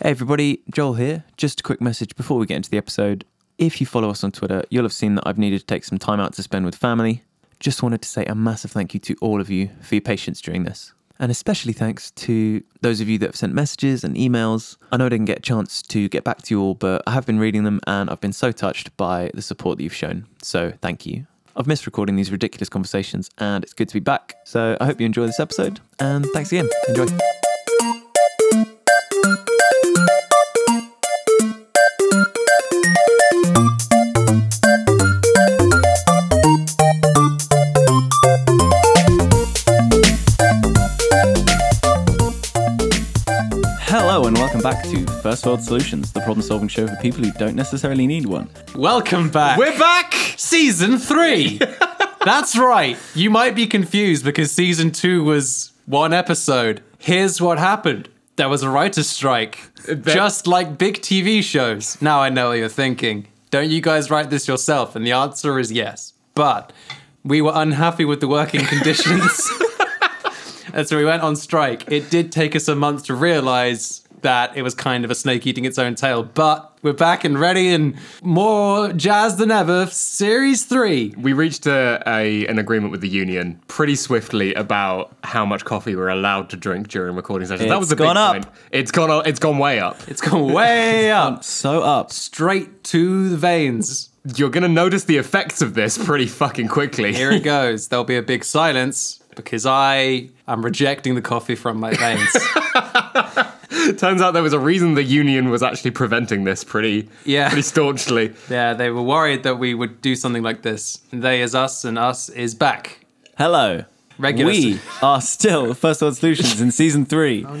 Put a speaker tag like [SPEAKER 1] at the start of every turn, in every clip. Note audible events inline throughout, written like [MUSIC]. [SPEAKER 1] Hey everybody, Joel here. Just a quick message before we get into the episode. If you follow us on Twitter, you'll have seen that I've needed to take some time out to spend with family. Just wanted to say a massive thank you to all of you for your patience during this. And especially thanks to those of you that have sent messages and emails. I know I didn't get a chance to get back to you all, but I have been reading them and I've been so touched by the support that you've shown. So thank you. I've missed recording these ridiculous conversations and it's good to be back. So I hope you enjoy this episode and thanks again. Enjoy.
[SPEAKER 2] Hello and welcome back to First World Solutions, the problem solving show for people who don't necessarily need one.
[SPEAKER 3] Welcome back.
[SPEAKER 4] We're back!
[SPEAKER 3] season
[SPEAKER 4] [LAUGHS]
[SPEAKER 3] three. That's right. You might be confused because season two was one episode. Here's what happened. There was a writer's strike, just like big TV shows. Now I know what you're thinking. Don't you guys write this yourself? And the answer is yes. But we were unhappy with the working [LAUGHS] conditions. and so we went on strike. It did take us a month to realize that it was kind of a snake eating its own tail, but we're back and ready and more jazz than ever. for Series three.
[SPEAKER 4] We reached a, a an agreement with the union pretty swiftly about how much coffee we're allowed to drink during recording sessions. that
[SPEAKER 2] It's
[SPEAKER 4] was the
[SPEAKER 2] gone
[SPEAKER 4] big
[SPEAKER 2] up.
[SPEAKER 4] Point. It's gone. o- It's gone way up.
[SPEAKER 2] [LAUGHS]
[SPEAKER 3] It's gone way up,
[SPEAKER 2] So up.
[SPEAKER 3] straight to the veins.
[SPEAKER 4] You're gonna notice the effects of this pretty fucking quickly.
[SPEAKER 3] Here it goes. There'll be a big silence because I am rejecting the coffee from my
[SPEAKER 2] [LAUGHS]
[SPEAKER 3] veins.
[SPEAKER 4] [LAUGHS] Turns out there was a reason the union was actually preventing this pretty,
[SPEAKER 3] Yeah.
[SPEAKER 4] pretty staunchly.
[SPEAKER 3] yeah, they were worried that we would do something like this. And they is us, and us is back.
[SPEAKER 2] Hello.
[SPEAKER 3] Regular-
[SPEAKER 2] We [LAUGHS] are still First World Solutions in season three.
[SPEAKER 3] Oh,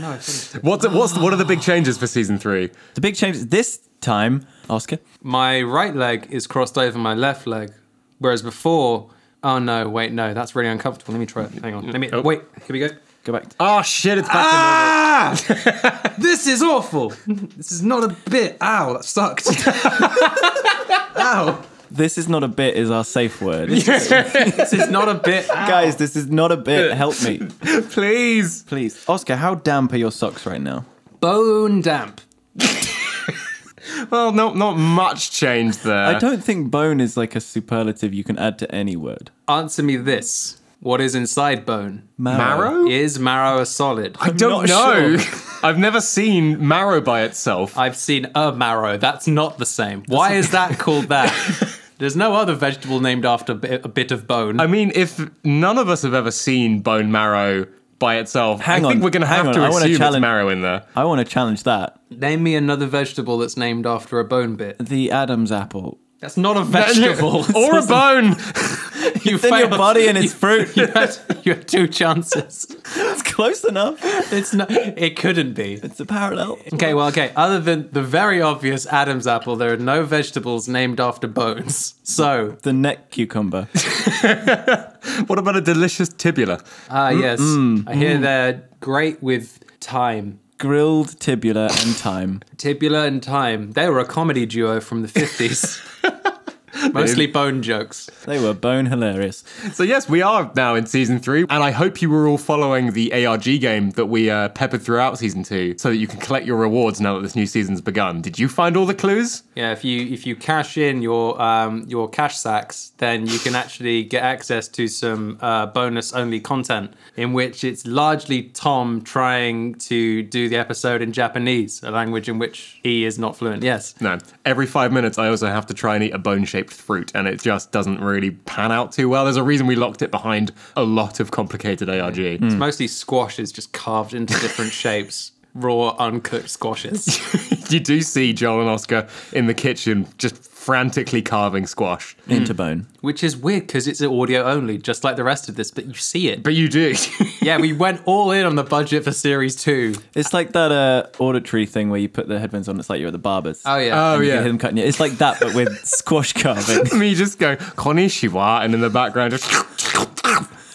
[SPEAKER 4] What's what's what are the big changes for season three?
[SPEAKER 2] The big change is this time, Oscar.
[SPEAKER 3] my right leg is crossed over my left leg, whereas before, oh no, wait, no, that's really uncomfortable. Let me try it. Hang on. Let me
[SPEAKER 4] Oh.
[SPEAKER 3] wait. Here we go.
[SPEAKER 2] Go back. To-
[SPEAKER 4] Oh shit! It's back
[SPEAKER 3] Ah! this is awful. [LAUGHS] This is not a bit. Ow, that sucked. [LAUGHS] Ow.
[SPEAKER 2] this is not a bit, is our safe word.
[SPEAKER 3] This is not a bit.
[SPEAKER 2] Guys, this is not a bit. Help me.
[SPEAKER 4] to normal. Please.
[SPEAKER 2] Please. Oscar, how damp are your socks right now?
[SPEAKER 3] Bone damp.
[SPEAKER 4] Well, no, not much change there.
[SPEAKER 2] I don't think bone is like a superlative you can add to any word.
[SPEAKER 3] Answer me this. What is inside bone?
[SPEAKER 4] Marrow?
[SPEAKER 3] Is marrow a solid?
[SPEAKER 4] I
[SPEAKER 2] not
[SPEAKER 4] don't know. [LAUGHS] I've never seen marrow by itself.
[SPEAKER 3] I've seen a marrow. That's not the same. Why is that called
[SPEAKER 4] [LAUGHS]
[SPEAKER 3] that? There's no other vegetable named after bi- a bit of bone.
[SPEAKER 4] I mean, if none of us have ever seen bone marrow by itself,
[SPEAKER 2] Hang
[SPEAKER 4] I think
[SPEAKER 2] on,
[SPEAKER 4] we're going to
[SPEAKER 2] hang
[SPEAKER 4] have
[SPEAKER 2] on,
[SPEAKER 4] to
[SPEAKER 2] I wanna
[SPEAKER 4] assume
[SPEAKER 2] challenge-
[SPEAKER 4] it's marrow
[SPEAKER 2] [LAUGHS]
[SPEAKER 4] in there.
[SPEAKER 2] I want to challenge that.
[SPEAKER 3] Name me another vegetable that's named after a bone bit.
[SPEAKER 2] The Adam's apple.
[SPEAKER 3] That's [LAUGHS] not a vegetable.
[SPEAKER 4] [LAUGHS] or a bone.
[SPEAKER 3] you
[SPEAKER 2] Then your
[SPEAKER 3] failed.
[SPEAKER 2] body
[SPEAKER 3] [LAUGHS]
[SPEAKER 2] and its fruit. [LAUGHS]
[SPEAKER 3] You had, you had two chances.
[SPEAKER 2] It's close enough.
[SPEAKER 3] [LAUGHS] It's not. It couldn't be.
[SPEAKER 2] It's a parallel.
[SPEAKER 3] Okay, well, okay. Other than the very obvious Adam's apple, there are no vegetables named after bones. So,
[SPEAKER 2] The neck cucumber. [LAUGHS]
[SPEAKER 4] what about a delicious tibula?
[SPEAKER 3] ah, yes, I hear they're great with time.
[SPEAKER 2] Grilled tibula and thyme.
[SPEAKER 3] Tibula and Time. They were a comedy duo from the [LAUGHS] 50s. Mostly bone jokes.
[SPEAKER 2] They were bone hilarious.
[SPEAKER 4] So, yes, we are now in season three, and I hope you were all following the ARG game that we uh, peppered throughout season two so that you can collect your rewards now that this new season's begun. Did you find all the clues?
[SPEAKER 3] Yeah, if you if you cash in your um, your cash sacks, then you can actually get access to some uh, bonus only content in which it's largely Tom trying to do the episode in Japanese, a language in which he is not fluent. Yes.
[SPEAKER 4] No. Every five minutes, I also have to try and eat a bone shaped fruit, and it just doesn't really pan out too well. There's a reason we locked it behind a lot of complicated ARG.
[SPEAKER 2] Mm.
[SPEAKER 3] It's mostly squashes just carved into [LAUGHS] different shapes. Raw, uncooked [LAUGHS] squashes.
[SPEAKER 4] [LAUGHS] you do see Joel and Oscar in the kitchen just frantically carving squash.
[SPEAKER 3] Hmm.
[SPEAKER 2] Into bone.
[SPEAKER 3] Which is weird because it's audio only, just like the rest of this, but you see it.
[SPEAKER 4] But you do. [LAUGHS]
[SPEAKER 3] yeah, we went all in on the budget for series two.
[SPEAKER 2] It's like that uh, auditory thing where you put the headphones on. It's like you're at the barber's.
[SPEAKER 3] Oh yeah.
[SPEAKER 4] Oh,
[SPEAKER 2] You
[SPEAKER 4] yeah.
[SPEAKER 2] hear them cutting you. It's like that, but with
[SPEAKER 3] [LAUGHS]
[SPEAKER 2] squash carving.
[SPEAKER 4] Me just going, Konishiwa, and in the background, just.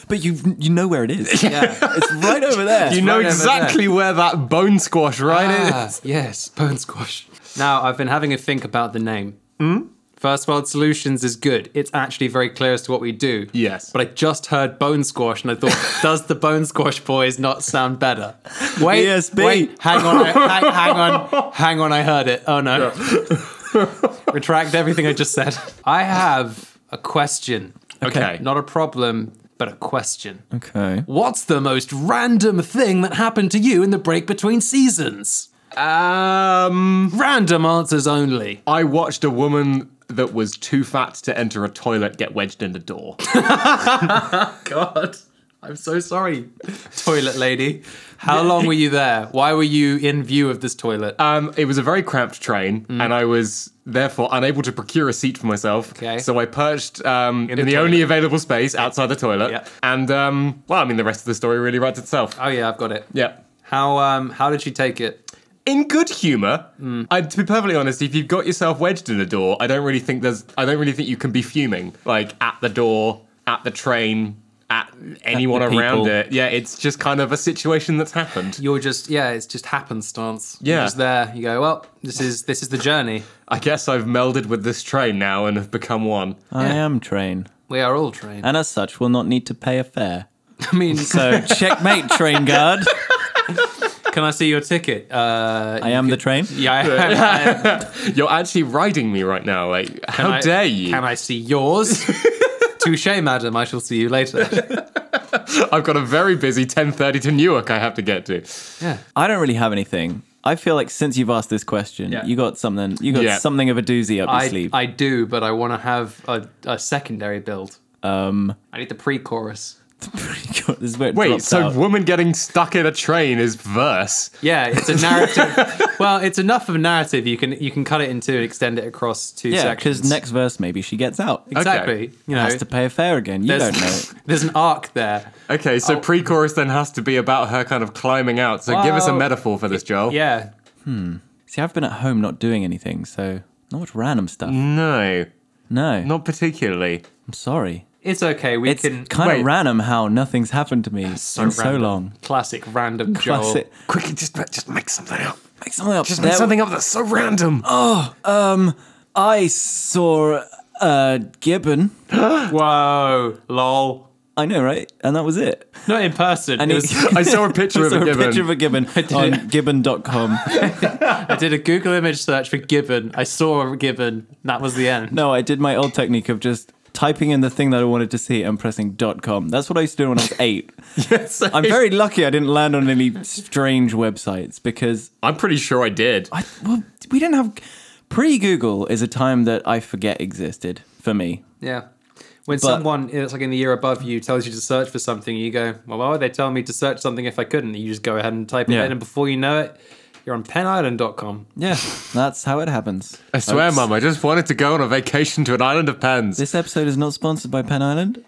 [SPEAKER 2] But you you know where it is.
[SPEAKER 3] [LAUGHS] yeah.
[SPEAKER 2] It's right over there.
[SPEAKER 4] You know
[SPEAKER 3] right over
[SPEAKER 4] exactly where that bone squash right
[SPEAKER 3] Ah, yes, bone squash. Now I've been having a think about the name First World Solutions is good. It's actually very clear as to what we do.
[SPEAKER 4] Yes.
[SPEAKER 3] But I just heard Bone Squash and I [LAUGHS] thought, does the Bone Squash boys not sound better? Wait,
[SPEAKER 2] BSB.
[SPEAKER 3] wait, hang on, I, hang, hang on, hang on, I heard it. Oh no. [LAUGHS] Retract everything I just said. I have a question.
[SPEAKER 4] Okay.
[SPEAKER 3] Not a problem, but a question.
[SPEAKER 2] Okay.
[SPEAKER 3] What's the most random thing that happened to you in the break between seasons?
[SPEAKER 4] Um,
[SPEAKER 3] Random answers only.
[SPEAKER 4] I watched a woman that was too fat to enter a toilet get wedged in
[SPEAKER 3] [LAUGHS]
[SPEAKER 4] the door.
[SPEAKER 3] God. I'm so sorry, toilet lady. How long were you there? Why were you in view of this toilet?
[SPEAKER 4] Um, it was a very cramped train,
[SPEAKER 3] Mm.
[SPEAKER 4] and I was therefore unable to procure a seat for myself.
[SPEAKER 3] Okay.
[SPEAKER 4] So I perched um, in,
[SPEAKER 3] the
[SPEAKER 4] the,
[SPEAKER 3] toilet.
[SPEAKER 4] only available space outside the toilet.
[SPEAKER 3] Yeah.
[SPEAKER 4] And um, well, I mean, the rest of the story really writes itself.
[SPEAKER 3] oh yeah, I've got it.
[SPEAKER 4] yeah.
[SPEAKER 3] How um how did she take it?
[SPEAKER 4] In good humour, I, to be perfectly honest, if you've got yourself wedged in a door, I don't really think there's, I don't really think you can be fuming like at the door, at the train, at anyone
[SPEAKER 2] people.
[SPEAKER 4] around it. Yeah, it's just kind of a situation that's happened.
[SPEAKER 3] You're just yeah, it's just happenstance. You're
[SPEAKER 4] Yeah.
[SPEAKER 3] just there. You go, well, this is this is the journey.
[SPEAKER 4] I guess I've melded with this train now and have become one.
[SPEAKER 2] I
[SPEAKER 3] Yeah.
[SPEAKER 2] am train,
[SPEAKER 3] We are all trained.
[SPEAKER 2] and as such, will not need to pay a fare.
[SPEAKER 3] I mean,
[SPEAKER 2] So checkmate,
[SPEAKER 3] [LAUGHS]
[SPEAKER 2] train guard.
[SPEAKER 3] can I see your ticket? Uh
[SPEAKER 2] I am the train.
[SPEAKER 3] yeah, [LAUGHS] I- I-
[SPEAKER 4] You're actually riding me right now. Like, how
[SPEAKER 3] I-
[SPEAKER 4] dare you?
[SPEAKER 3] Can I see [LAUGHS] yours? Touche, madam. I shall see you later.
[SPEAKER 4] I've got a very busy 10:30 to Newark. I have to get to.
[SPEAKER 3] Yeah.
[SPEAKER 2] I don't really have anything. I feel like since you've asked this question,
[SPEAKER 3] Yeah.
[SPEAKER 2] you got something. You got
[SPEAKER 4] Yeah.
[SPEAKER 2] something of a doozy up your
[SPEAKER 3] I,
[SPEAKER 2] sleeve.
[SPEAKER 3] I do, but I want to have a, a secondary build.
[SPEAKER 2] um,
[SPEAKER 3] I need the pre-chorus.
[SPEAKER 2] [LAUGHS] this is where it
[SPEAKER 4] Wait,
[SPEAKER 2] drops
[SPEAKER 4] so
[SPEAKER 2] out.
[SPEAKER 4] woman getting stuck in a train is verse?
[SPEAKER 3] Yeah, it's
[SPEAKER 2] [LAUGHS]
[SPEAKER 3] a narrative. well, it's enough of a narrative. You can you can cut it into and extend it across two
[SPEAKER 2] yeah,
[SPEAKER 3] sections.
[SPEAKER 2] because next verse maybe she gets out.
[SPEAKER 3] exactly. You know,
[SPEAKER 2] Has to pay a fare again. You
[SPEAKER 3] there's,
[SPEAKER 2] don't know.
[SPEAKER 4] [LAUGHS]
[SPEAKER 3] [LAUGHS] there's an arc there.
[SPEAKER 4] Okay,
[SPEAKER 2] Oh.
[SPEAKER 4] so pre-chorus then has to be about her kind of climbing out. So give us a
[SPEAKER 3] Well,
[SPEAKER 4] metaphor for this, Joel.
[SPEAKER 3] Yeah,
[SPEAKER 2] See, I've been at home not doing anything, so not much random stuff.
[SPEAKER 4] Mm. No,
[SPEAKER 2] No,
[SPEAKER 4] not particularly.
[SPEAKER 2] I'm sorry.
[SPEAKER 3] it's okay. We
[SPEAKER 2] It's
[SPEAKER 3] can
[SPEAKER 2] kind
[SPEAKER 4] wait.
[SPEAKER 2] of random how nothing's happened to me
[SPEAKER 3] so
[SPEAKER 2] in so
[SPEAKER 3] random.
[SPEAKER 4] [LAUGHS]
[SPEAKER 2] long.
[SPEAKER 3] classic random Joel.
[SPEAKER 2] Plus, it,
[SPEAKER 4] Quickly, just just make something up.
[SPEAKER 2] make something up.
[SPEAKER 4] Just make
[SPEAKER 2] There- Oh.
[SPEAKER 4] something up that's so random.
[SPEAKER 2] Um, I saw a gibbon.
[SPEAKER 3] Whoa, lol.
[SPEAKER 2] I know, right? And that was it.
[SPEAKER 3] Not in person.
[SPEAKER 2] And
[SPEAKER 3] It
[SPEAKER 2] it
[SPEAKER 3] was-
[SPEAKER 2] was-
[SPEAKER 4] I saw
[SPEAKER 2] [LAUGHS]
[SPEAKER 4] a picture
[SPEAKER 2] I
[SPEAKER 4] of
[SPEAKER 2] saw
[SPEAKER 4] a gibbon.
[SPEAKER 2] picture of a
[SPEAKER 4] [LAUGHS]
[SPEAKER 2] gibbon on gibbon.com.
[SPEAKER 3] I did a Google image search for gibbon. I saw a gibbon. and That was the end.
[SPEAKER 2] No, I did my old technique of just typing in the thing that I wanted to see and pressing .com. That's what I used to do when I
[SPEAKER 4] [LAUGHS]
[SPEAKER 2] was eight.
[SPEAKER 4] Yes,
[SPEAKER 2] I'm very lucky I didn't land on any strange websites because
[SPEAKER 4] I'm pretty sure I did.
[SPEAKER 2] I well we didn't have pre Google is a time that I forget existed for me.
[SPEAKER 3] Yeah. When
[SPEAKER 2] But-
[SPEAKER 3] someone it's like in the year above you tells you to search for something, you go, Well, why would they tell me to search something if I couldn't? You just go ahead and type
[SPEAKER 2] Yeah.
[SPEAKER 3] it in and before you know it, you're on penisland.com.
[SPEAKER 4] [LAUGHS]
[SPEAKER 2] Yeah, that's how it happens.
[SPEAKER 4] I swear,
[SPEAKER 2] Folks,
[SPEAKER 4] Mum, I just wanted to go on a vacation to an island of pens.
[SPEAKER 2] This episode is not sponsored by Penn Island.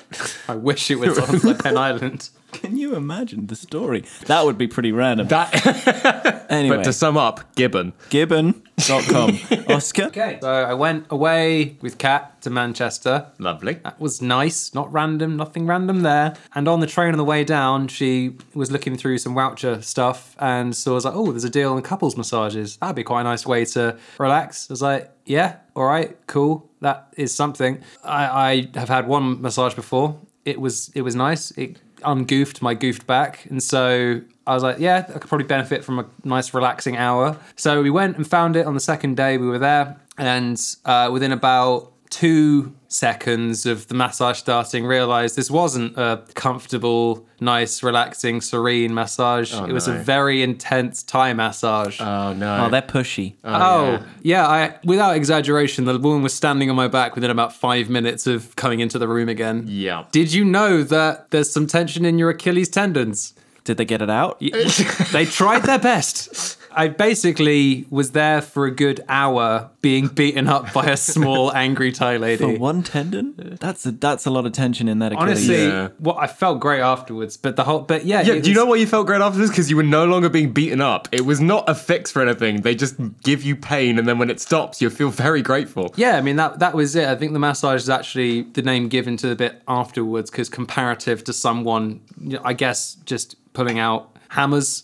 [SPEAKER 3] I wish it was on
[SPEAKER 2] [LAUGHS]
[SPEAKER 3] like Pen Island.
[SPEAKER 2] Can you imagine the story? That would be pretty random.
[SPEAKER 4] that, [LAUGHS]
[SPEAKER 2] anyway,
[SPEAKER 4] but to sum up, gibbon. [LAUGHS]
[SPEAKER 2] gibbon.com. Oscar?
[SPEAKER 3] Okay. So I went away with Kat to Manchester.
[SPEAKER 4] Lovely.
[SPEAKER 3] That was nice, not random, nothing random there. And on the train on the way down, she was looking through some voucher stuff and so I was like, oh, there's a deal on couples massages. That'd be quite a nice way to relax. I was like, yeah, all right, cool. That is something. I, I have had one massage before. It was it was nice. It ungoofed my goofed back. And so I was like, yeah, I could probably benefit from a nice relaxing hour. So we went and found it on the second day we were there. And uh, within about two seconds of the massage starting realized this wasn't a comfortable nice relaxing serene massage it was a
[SPEAKER 4] Oh, no.
[SPEAKER 3] very intense thai massage
[SPEAKER 4] Oh no.
[SPEAKER 2] Oh, they're pushy.
[SPEAKER 3] oh,
[SPEAKER 4] Uh,
[SPEAKER 3] yeah. i without exaggeration the woman was standing on my back within about five minutes of coming into the room again
[SPEAKER 4] yeah.
[SPEAKER 3] did you know that there's some tension in your achilles
[SPEAKER 4] [LAUGHS]
[SPEAKER 3] tendons
[SPEAKER 2] Did they get it out?
[SPEAKER 3] they tried their best. I basically was there for a good hour being beaten up by a
[SPEAKER 4] [LAUGHS]
[SPEAKER 3] small, angry Thai
[SPEAKER 2] For
[SPEAKER 3] lady.
[SPEAKER 2] one tendon? That's a that's a lot of tension in that Achilles.
[SPEAKER 3] Honestly,
[SPEAKER 4] Yeah.
[SPEAKER 3] what I felt great afterwards, but the whole, but yeah,
[SPEAKER 4] Yeah,
[SPEAKER 3] it
[SPEAKER 4] do you
[SPEAKER 3] was-
[SPEAKER 4] know why you felt great after this? Because you were no longer being beaten up. It was not a fix for anything. They just give you pain, and then when it stops, you feel very grateful.
[SPEAKER 3] Yeah, I mean that that was it. I think the massage is actually the name given to the bit afterwards because comparative to someone, you know, I guess, just pulling out hammers,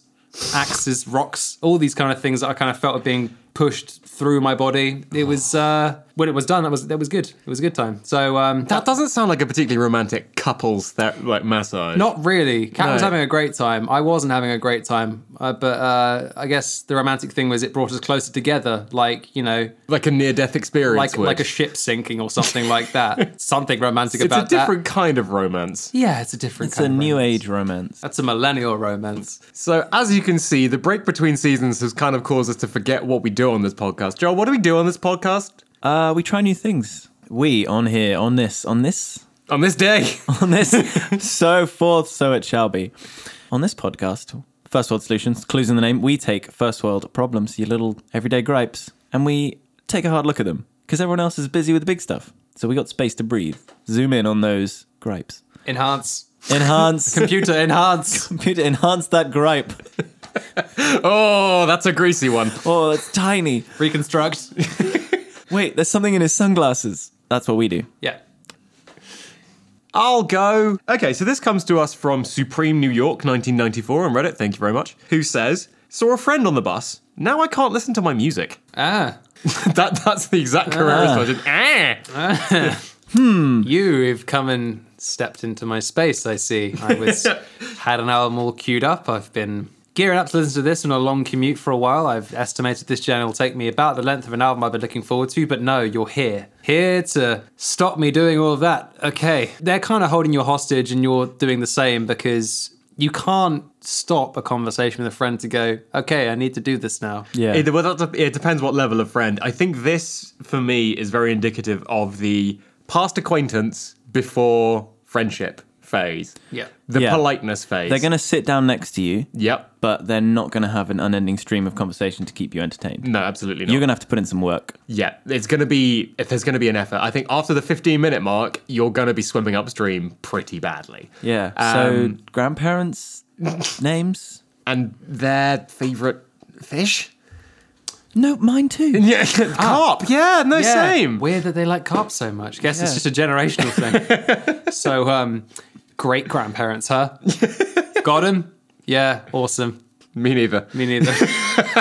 [SPEAKER 3] axes, rocks, all these kind of things that I kind of felt were being pushed through my body. It was uh, when it was done. That was that was good. It was a good time. So um,
[SPEAKER 4] That doesn't sound like a particularly romantic couples that like massage.
[SPEAKER 3] Not really. Kat was
[SPEAKER 4] No.
[SPEAKER 3] having a great time. I wasn't having a great time. Uh, but uh, I guess the romantic thing was it brought us closer together. Like you know,
[SPEAKER 4] like a near death experience.
[SPEAKER 3] like
[SPEAKER 4] would.
[SPEAKER 3] like a ship sinking or something like
[SPEAKER 4] [LAUGHS]
[SPEAKER 3] that. Something romantic
[SPEAKER 4] it's
[SPEAKER 3] about
[SPEAKER 4] a different kind of romance.
[SPEAKER 3] that. Yeah, it's a different.
[SPEAKER 2] It's
[SPEAKER 3] kind
[SPEAKER 2] a
[SPEAKER 3] of
[SPEAKER 2] new
[SPEAKER 3] romance.
[SPEAKER 2] age romance.
[SPEAKER 3] That's a millennial romance.
[SPEAKER 4] So, as you can see, the break between seasons has kind of caused us to forget what we do on this podcast. Joel, what do we do on this podcast?
[SPEAKER 2] Uh, we try new things. We on here, on this, on this, [LAUGHS]
[SPEAKER 4] On this day,
[SPEAKER 2] on this, so forth, so it shall be. On this podcast, First World Solutions, clues in the name, we take first world problems, your little everyday gripes, and we take a hard look at them because everyone else is busy with the big stuff. So we got space to breathe. Zoom in on those gripes.
[SPEAKER 3] Enhance
[SPEAKER 2] Enhance,
[SPEAKER 3] [LAUGHS] computer. Enhance.
[SPEAKER 2] computer, enhance that gripe.
[SPEAKER 4] [LAUGHS] oh, that's a greasy one.
[SPEAKER 2] Oh, it's tiny.
[SPEAKER 4] [LAUGHS]
[SPEAKER 3] Reconstruct.
[SPEAKER 2] Wait, there's something in his sunglasses. That's what we do.
[SPEAKER 3] Yeah.
[SPEAKER 4] [LAUGHS] I'll go. Okay, so this comes to us from Supreme New York 1994 on Reddit, thank you very much, who says, Saw a friend on the bus. Now I can't listen to my music. [LAUGHS]
[SPEAKER 3] Ah,
[SPEAKER 4] that That's the exact correct response. Ah.
[SPEAKER 3] you have come and stepped into my space. I see. I was had an album all queued up. I've been gearing up to listen to this on a long commute for a while. I've estimated this journey will take me about the length of an album I've been looking forward to. But no, you're here, here to stop me doing all of that. Okay, they're kind of holding you hostage, and you're doing the same because. You can't stop a conversation with a friend to go, okay, I need to do this now.
[SPEAKER 2] Yeah.
[SPEAKER 4] It, well, that, it depends what level of friend. I think this, for me, is very indicative of the past acquaintance before friendship phase.
[SPEAKER 3] Yeah.
[SPEAKER 4] The
[SPEAKER 2] Yeah.
[SPEAKER 4] politeness phase.
[SPEAKER 2] They're going to sit down next to you,
[SPEAKER 4] Yep.
[SPEAKER 2] but they're not going to have an unending stream of conversation to keep you entertained.
[SPEAKER 4] No, absolutely not.
[SPEAKER 2] You're going to have to put in some work.
[SPEAKER 4] Yeah, it's going to be, if there's going to be an effort, I think after the 15 minute mark, you're going to be swimming upstream pretty badly.
[SPEAKER 2] Yeah.
[SPEAKER 4] Um,
[SPEAKER 2] so,
[SPEAKER 4] [LAUGHS]
[SPEAKER 2] grandparents' names?
[SPEAKER 4] And their favorite fish?
[SPEAKER 2] No, mine too.
[SPEAKER 4] [LAUGHS] Yeah, carp. Yeah, no, same.
[SPEAKER 3] Weird that they like carp so much. Guess it's just a generational thing.
[SPEAKER 4] [LAUGHS]
[SPEAKER 3] so, um, great grandparents, huh? Got him. Yeah, awesome.
[SPEAKER 4] Me neither.
[SPEAKER 3] Me neither. [LAUGHS]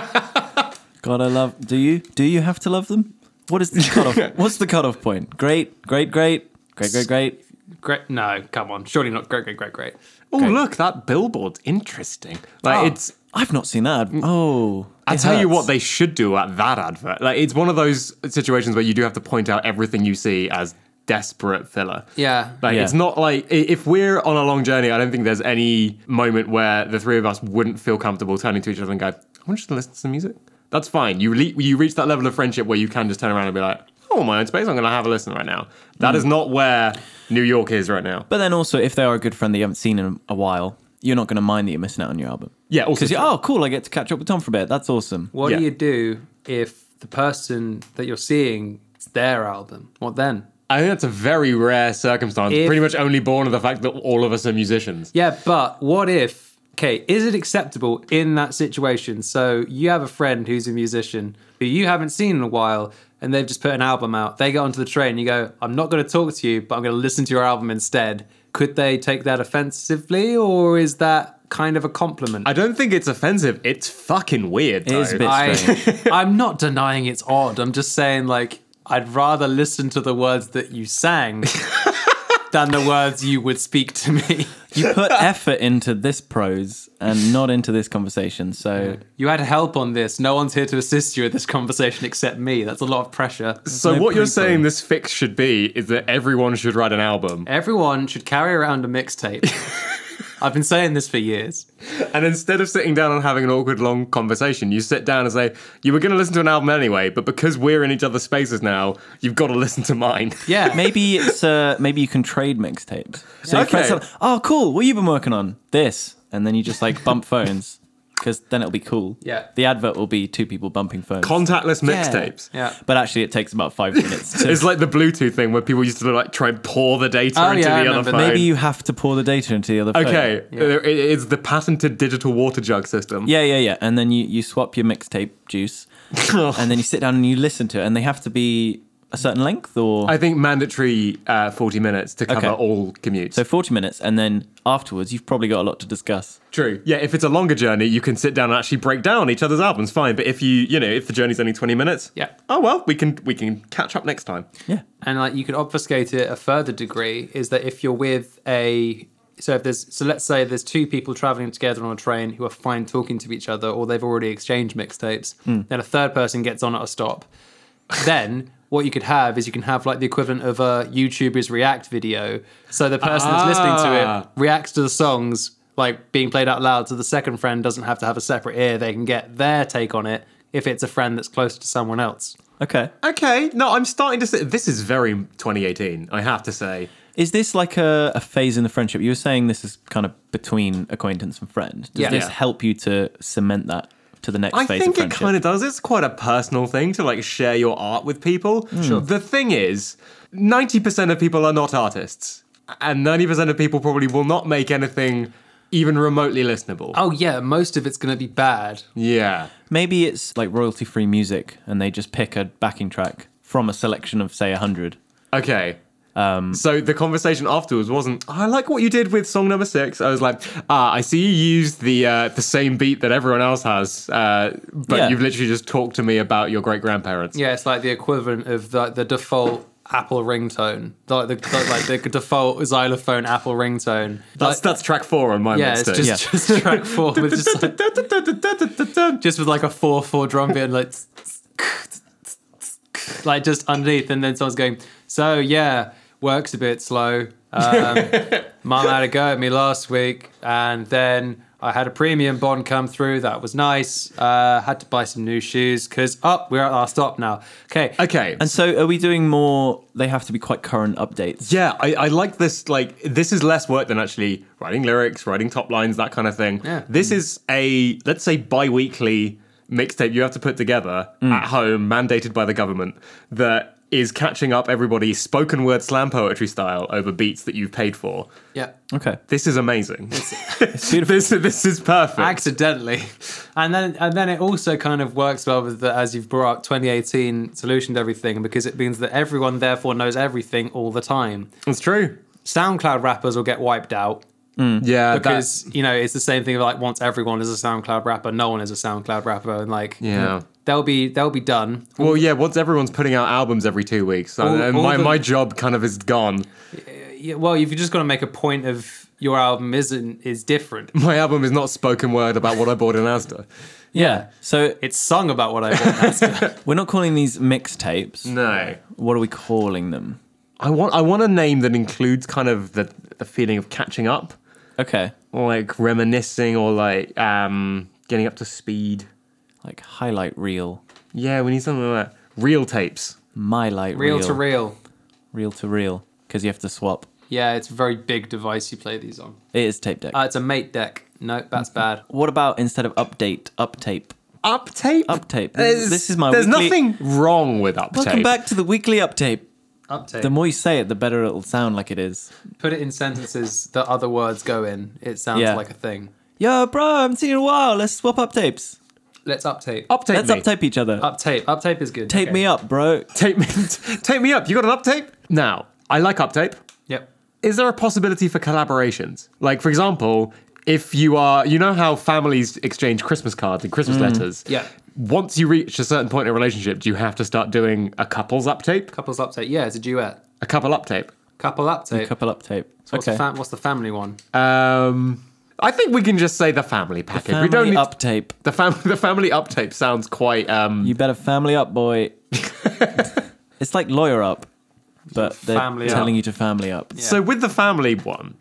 [SPEAKER 2] God, I love. Do you? Do you have to love them? What
[SPEAKER 4] [LAUGHS]
[SPEAKER 2] is the cutoff? What's the cutoff point? Great, great, great, great, great, great.
[SPEAKER 3] great. No, come on. Surely not. Great, great, great, great.
[SPEAKER 4] Oh, look, that billboard's interesting. Like,
[SPEAKER 3] Oh.
[SPEAKER 2] Ah.
[SPEAKER 4] it's.
[SPEAKER 2] I've not seen that. Oh,
[SPEAKER 4] I
[SPEAKER 2] it
[SPEAKER 4] Mm. tell you
[SPEAKER 2] hurts.
[SPEAKER 4] what, they should do at that advert. Like, it's one of those situations where you do have to point out everything you see as desperate filler.
[SPEAKER 3] Yeah.
[SPEAKER 4] Like
[SPEAKER 2] Yeah.
[SPEAKER 4] it's not like i- if we're on a long journey, I don't think there's any moment where the three of us wouldn't feel comfortable turning to each other and go, "I want just to listen to some music." That's fine. You le- you reach that level of friendship where you can just turn around and be like, "Oh, my own space. I'm going to have a listen right now." That is not where New York is right now.
[SPEAKER 2] But then also, if they are a good friend that you haven't seen in a while, you're not going to mind that you're missing out on your album.
[SPEAKER 4] Yeah, also
[SPEAKER 2] Because
[SPEAKER 4] true.
[SPEAKER 2] oh, cool, I get to catch up with Tom for a bit. That's awesome.
[SPEAKER 3] What
[SPEAKER 4] Yeah.
[SPEAKER 3] do you do if the person that you're seeing it's their album? What then?
[SPEAKER 4] I think that's a very rare circumstance.
[SPEAKER 3] If-
[SPEAKER 4] pretty much only born of the fact that all of us are musicians.
[SPEAKER 3] Yeah, but what if? Okay, is it acceptable in that situation? So you have a friend who's a musician who you haven't seen in a while, and they've just put an album out. They get onto the train. You go, I'm not going to talk to you, but I'm going to listen to your album instead. Could they take that offensively, or is that kind of a compliment?
[SPEAKER 4] I don't think it's offensive. It's fucking weird.
[SPEAKER 2] It is
[SPEAKER 4] though.
[SPEAKER 2] a bit
[SPEAKER 3] I-
[SPEAKER 2] strange.
[SPEAKER 3] [LAUGHS] I'm not denying it's odd. I'm just saying, like, I'd rather listen to the words that you sang than the words you would speak to me.
[SPEAKER 2] you
[SPEAKER 4] [LAUGHS]
[SPEAKER 2] put effort into this prose and not into this conversation. So
[SPEAKER 3] You had help on this. No one's here to assist you in this conversation except me. That's a lot of pressure.
[SPEAKER 4] So
[SPEAKER 2] no
[SPEAKER 4] what you're
[SPEAKER 2] prequel.
[SPEAKER 4] saying this fix should be is that everyone should write an album.
[SPEAKER 3] Everyone should carry around a mixtape. I've been saying this for years.
[SPEAKER 4] And instead of sitting down and having an awkward long conversation, you sit down and say, You were going to listen to an album anyway, but because we're in each other's spaces now, you've got to listen to mine. [LAUGHS]
[SPEAKER 3] Yeah.
[SPEAKER 2] maybe it's uh, maybe you can trade mixtapes. So your
[SPEAKER 4] Okay.
[SPEAKER 2] friends are like, oh, cool. What you been working on? This, and then you just like bump phones because then it'll be cool.
[SPEAKER 3] Yeah.
[SPEAKER 2] The advert will be two people bumping phones.
[SPEAKER 4] Contactless
[SPEAKER 2] Yeah.
[SPEAKER 4] mixtapes.
[SPEAKER 3] Yeah.
[SPEAKER 2] But actually, it takes about five
[SPEAKER 4] [LAUGHS]
[SPEAKER 2] minutes. To,
[SPEAKER 4] It's like the Bluetooth thing where people used to like try and pour the data
[SPEAKER 3] Oh,
[SPEAKER 4] into
[SPEAKER 3] yeah, I
[SPEAKER 4] the other
[SPEAKER 3] remember
[SPEAKER 4] phone.
[SPEAKER 3] that.
[SPEAKER 2] maybe you have to pour the data into the other. phone.
[SPEAKER 4] okay, it- it's the patented digital water jug system.
[SPEAKER 2] Yeah, yeah, yeah.
[SPEAKER 4] [LAUGHS]
[SPEAKER 2] And then you, you swap your mixtape juice, and then you sit down and you listen to it. And they have to be a certain length or?
[SPEAKER 4] I think mandatory uh, 40 minutes to cover
[SPEAKER 2] Okay.
[SPEAKER 4] all commutes.
[SPEAKER 2] so 40 minutes, and then afterwards, you've probably got a lot to discuss.
[SPEAKER 4] True. Yeah, if it's a longer journey, you can sit down and actually break down each other's albums. Fine, but if you, you know, if the journey's only twenty minutes,
[SPEAKER 3] Yeah.
[SPEAKER 4] Oh well, we can we can catch up next time.
[SPEAKER 2] Yeah.
[SPEAKER 3] and like you could obfuscate it a further degree is that if you're with a so if there's so let's say there's two people traveling together on a train who are fine talking to each other or they've already exchanged mixtapes then a third person gets on at a stop then what you could have is you can have like the equivalent of a youtuber's react video so the person that's listening
[SPEAKER 4] Ah.
[SPEAKER 3] to it reacts to the songs like being played out loud so the second friend doesn't have to have a separate ear they can get their take on it if it's a friend that's close to someone else
[SPEAKER 2] Okay.
[SPEAKER 4] Okay. No, I'm starting to say this is very 2018. I have to say.
[SPEAKER 2] Is this like a, a phase in the friendship? You were saying this is kind of between acquaintance and friend. Does
[SPEAKER 3] Yeah.
[SPEAKER 2] this
[SPEAKER 4] Yeah.
[SPEAKER 2] help you to cement that to the next
[SPEAKER 4] I
[SPEAKER 2] phase
[SPEAKER 4] think
[SPEAKER 2] of
[SPEAKER 4] it
[SPEAKER 2] friendship?
[SPEAKER 4] kind of does. It's quite a personal thing to like share your art with people. Sure. The thing is, 90% of people are not artists, and 90% of people probably will not make anything even remotely listenable.
[SPEAKER 3] oh yeah most of it's going to be bad
[SPEAKER 4] Yeah.
[SPEAKER 2] Maybe it's like royalty free music and they just pick a backing track from a selection of, say, 100.
[SPEAKER 4] Okay.
[SPEAKER 3] Um,
[SPEAKER 4] so the conversation afterwards wasn't. I like what you did with song number six. I was like, ah, I see you used the uh, the same beat that everyone else has, uh, but
[SPEAKER 2] Yeah.
[SPEAKER 4] you've literally just talked to me about your great grandparents.
[SPEAKER 3] Yeah, it's like the equivalent of the, the default Apple ringtone, like the like the [LAUGHS] default xylophone Apple ringtone.
[SPEAKER 4] that's
[SPEAKER 3] Like-
[SPEAKER 4] that's track four on my
[SPEAKER 3] yeah, it's
[SPEAKER 4] list.
[SPEAKER 3] just, just track four with just
[SPEAKER 4] [LAUGHS]
[SPEAKER 3] like, just with like a four four drum beat and like like just underneath, and then someone's going, so yeah, works a bit slow. Um, Mum had a go at me last week, and then. I had a premium bond come through. That was nice. Uh, had to buy some new shoes because up we're at our stop now. Okay,
[SPEAKER 4] okay.
[SPEAKER 2] And so are we doing more? They have to be quite current updates.
[SPEAKER 4] yeah, I, I like this. Like, this is less work than actually writing lyrics, writing top lines, that kind of thing.
[SPEAKER 3] Yeah.
[SPEAKER 4] This is a, let's say, bi weekly mixtape you have to put together
[SPEAKER 3] Mm.
[SPEAKER 4] at home, mandated by the government, that is catching up everybody's spoken word slam poetry style over beats that you've paid for.
[SPEAKER 3] yeah.
[SPEAKER 2] Okay.
[SPEAKER 4] This is amazing. [LAUGHS] this, this is perfect.
[SPEAKER 3] accidentally and then and then it also kind of works well with the as you've brought up 2018 solution to everything because it means that everyone therefore knows everything all the time
[SPEAKER 4] it's true.
[SPEAKER 3] soundcloud rappers will get wiped out
[SPEAKER 4] Mm. Yeah, that-
[SPEAKER 3] because you know it's the same thing of like once everyone is a soundcloud rapper no one is a soundcloud rapper and like
[SPEAKER 4] Yeah.
[SPEAKER 3] they'll be they'll be done
[SPEAKER 4] Well, yeah. Once everyone's putting out albums every two weeks, and-
[SPEAKER 3] All-
[SPEAKER 4] and
[SPEAKER 3] all
[SPEAKER 4] my,
[SPEAKER 3] the-
[SPEAKER 4] my job kind of is gone.
[SPEAKER 3] Yeah, well you've just got to make a point of your album isn't is different
[SPEAKER 4] My album is not spoken word about what I bought in Asda.
[SPEAKER 2] Yeah. So
[SPEAKER 3] it's sung about what i want
[SPEAKER 2] we're not calling these mixtapes.
[SPEAKER 4] No.
[SPEAKER 2] What are we calling them?
[SPEAKER 4] I want I want a name that includes kind of the the feeling of catching up,
[SPEAKER 2] Okay.
[SPEAKER 4] or like reminiscing, or like um getting up to speed.
[SPEAKER 2] Like highlight reel,
[SPEAKER 4] Yeah, we need something like that. Real tapes.
[SPEAKER 2] my light reel,
[SPEAKER 3] real to real
[SPEAKER 2] reel to reel, because you have to swap.
[SPEAKER 3] yeah it's a very big device you play these on
[SPEAKER 2] It is tape deck.
[SPEAKER 3] uh, it's a mate deck no that's bad
[SPEAKER 2] what about instead of update, uptape?
[SPEAKER 4] Up tape.
[SPEAKER 2] Uptape.
[SPEAKER 4] There's-
[SPEAKER 2] This is my
[SPEAKER 4] There's
[SPEAKER 2] weekly-
[SPEAKER 4] nothing wrong with up
[SPEAKER 2] Welcome
[SPEAKER 4] tape.
[SPEAKER 2] back to the weekly uptape.
[SPEAKER 3] uptake
[SPEAKER 2] The more you say it, the better it'll sound like it is.
[SPEAKER 3] put it in sentences that other words go in. It sounds
[SPEAKER 2] Yeah.
[SPEAKER 3] like a thing.
[SPEAKER 2] Yo, bro, I haven't seen you in a while. Let's swap uptapes.
[SPEAKER 3] Let's uptape.
[SPEAKER 4] Up tape.
[SPEAKER 2] Let's
[SPEAKER 4] me.
[SPEAKER 2] uptape each other.
[SPEAKER 3] Uptape. Uptape is good.
[SPEAKER 2] Tape
[SPEAKER 3] Okay.
[SPEAKER 2] me up, bro.
[SPEAKER 4] Tape me. [LAUGHS] tape me up. You got an up tape? Now I like up tape.
[SPEAKER 3] Yep.
[SPEAKER 4] is there a possibility for collaborations? Like, for example, if you are, you know how families exchange Christmas cards and
[SPEAKER 2] Mm.
[SPEAKER 4] Christmas letters.
[SPEAKER 3] Yeah.
[SPEAKER 4] Once you reach a certain point in a relationship, do you have to start doing a couple's uptape?
[SPEAKER 3] Couples uptape. Yeah, it's a duet.
[SPEAKER 4] A couple uptape.
[SPEAKER 3] Couple uptape.
[SPEAKER 2] Couple uptape.
[SPEAKER 3] what's,
[SPEAKER 2] okay.
[SPEAKER 3] the fam- what's the family one?
[SPEAKER 4] Um, I think we can just say the family package.
[SPEAKER 2] family
[SPEAKER 4] we don't need
[SPEAKER 2] uptape.
[SPEAKER 4] the family. [LAUGHS] The family uptape sounds quite. Um,
[SPEAKER 2] You better family up,
[SPEAKER 4] [LAUGHS]
[SPEAKER 2] boy. it's like lawyer up, but they're
[SPEAKER 3] Family up.
[SPEAKER 2] telling you to family up.
[SPEAKER 4] So with the family one.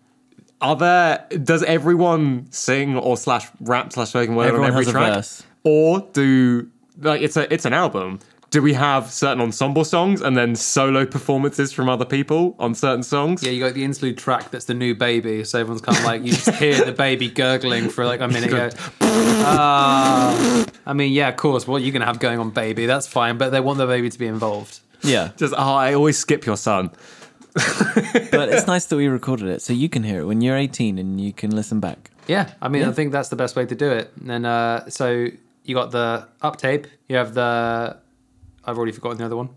[SPEAKER 4] Are there? Does everyone sing or slash rap slash spoken word
[SPEAKER 2] Everyone
[SPEAKER 4] on every
[SPEAKER 2] has a
[SPEAKER 4] track?
[SPEAKER 2] verse.
[SPEAKER 4] or do like it's a it's an album do we have certain ensemble songs and then solo performances from other people on certain songs
[SPEAKER 3] Yeah, you got the interlude track that's the new baby. So everyone's kind of like, you just hear the baby gurgling for like a minute. you go, "Ah." I mean, yeah, of course. What are you going to have going on, baby? That's fine. But they want the baby to be involved.
[SPEAKER 2] Yeah.
[SPEAKER 4] just oh i always skip your son
[SPEAKER 2] But
[SPEAKER 4] [LAUGHS]
[SPEAKER 2] it's nice that we recorded it so you can hear it when you're 18 and you can listen back.
[SPEAKER 3] Yeah, I mean, I think that's the best way to do it. And uh, so you got the uptape. You have the. I've already forgotten the other one.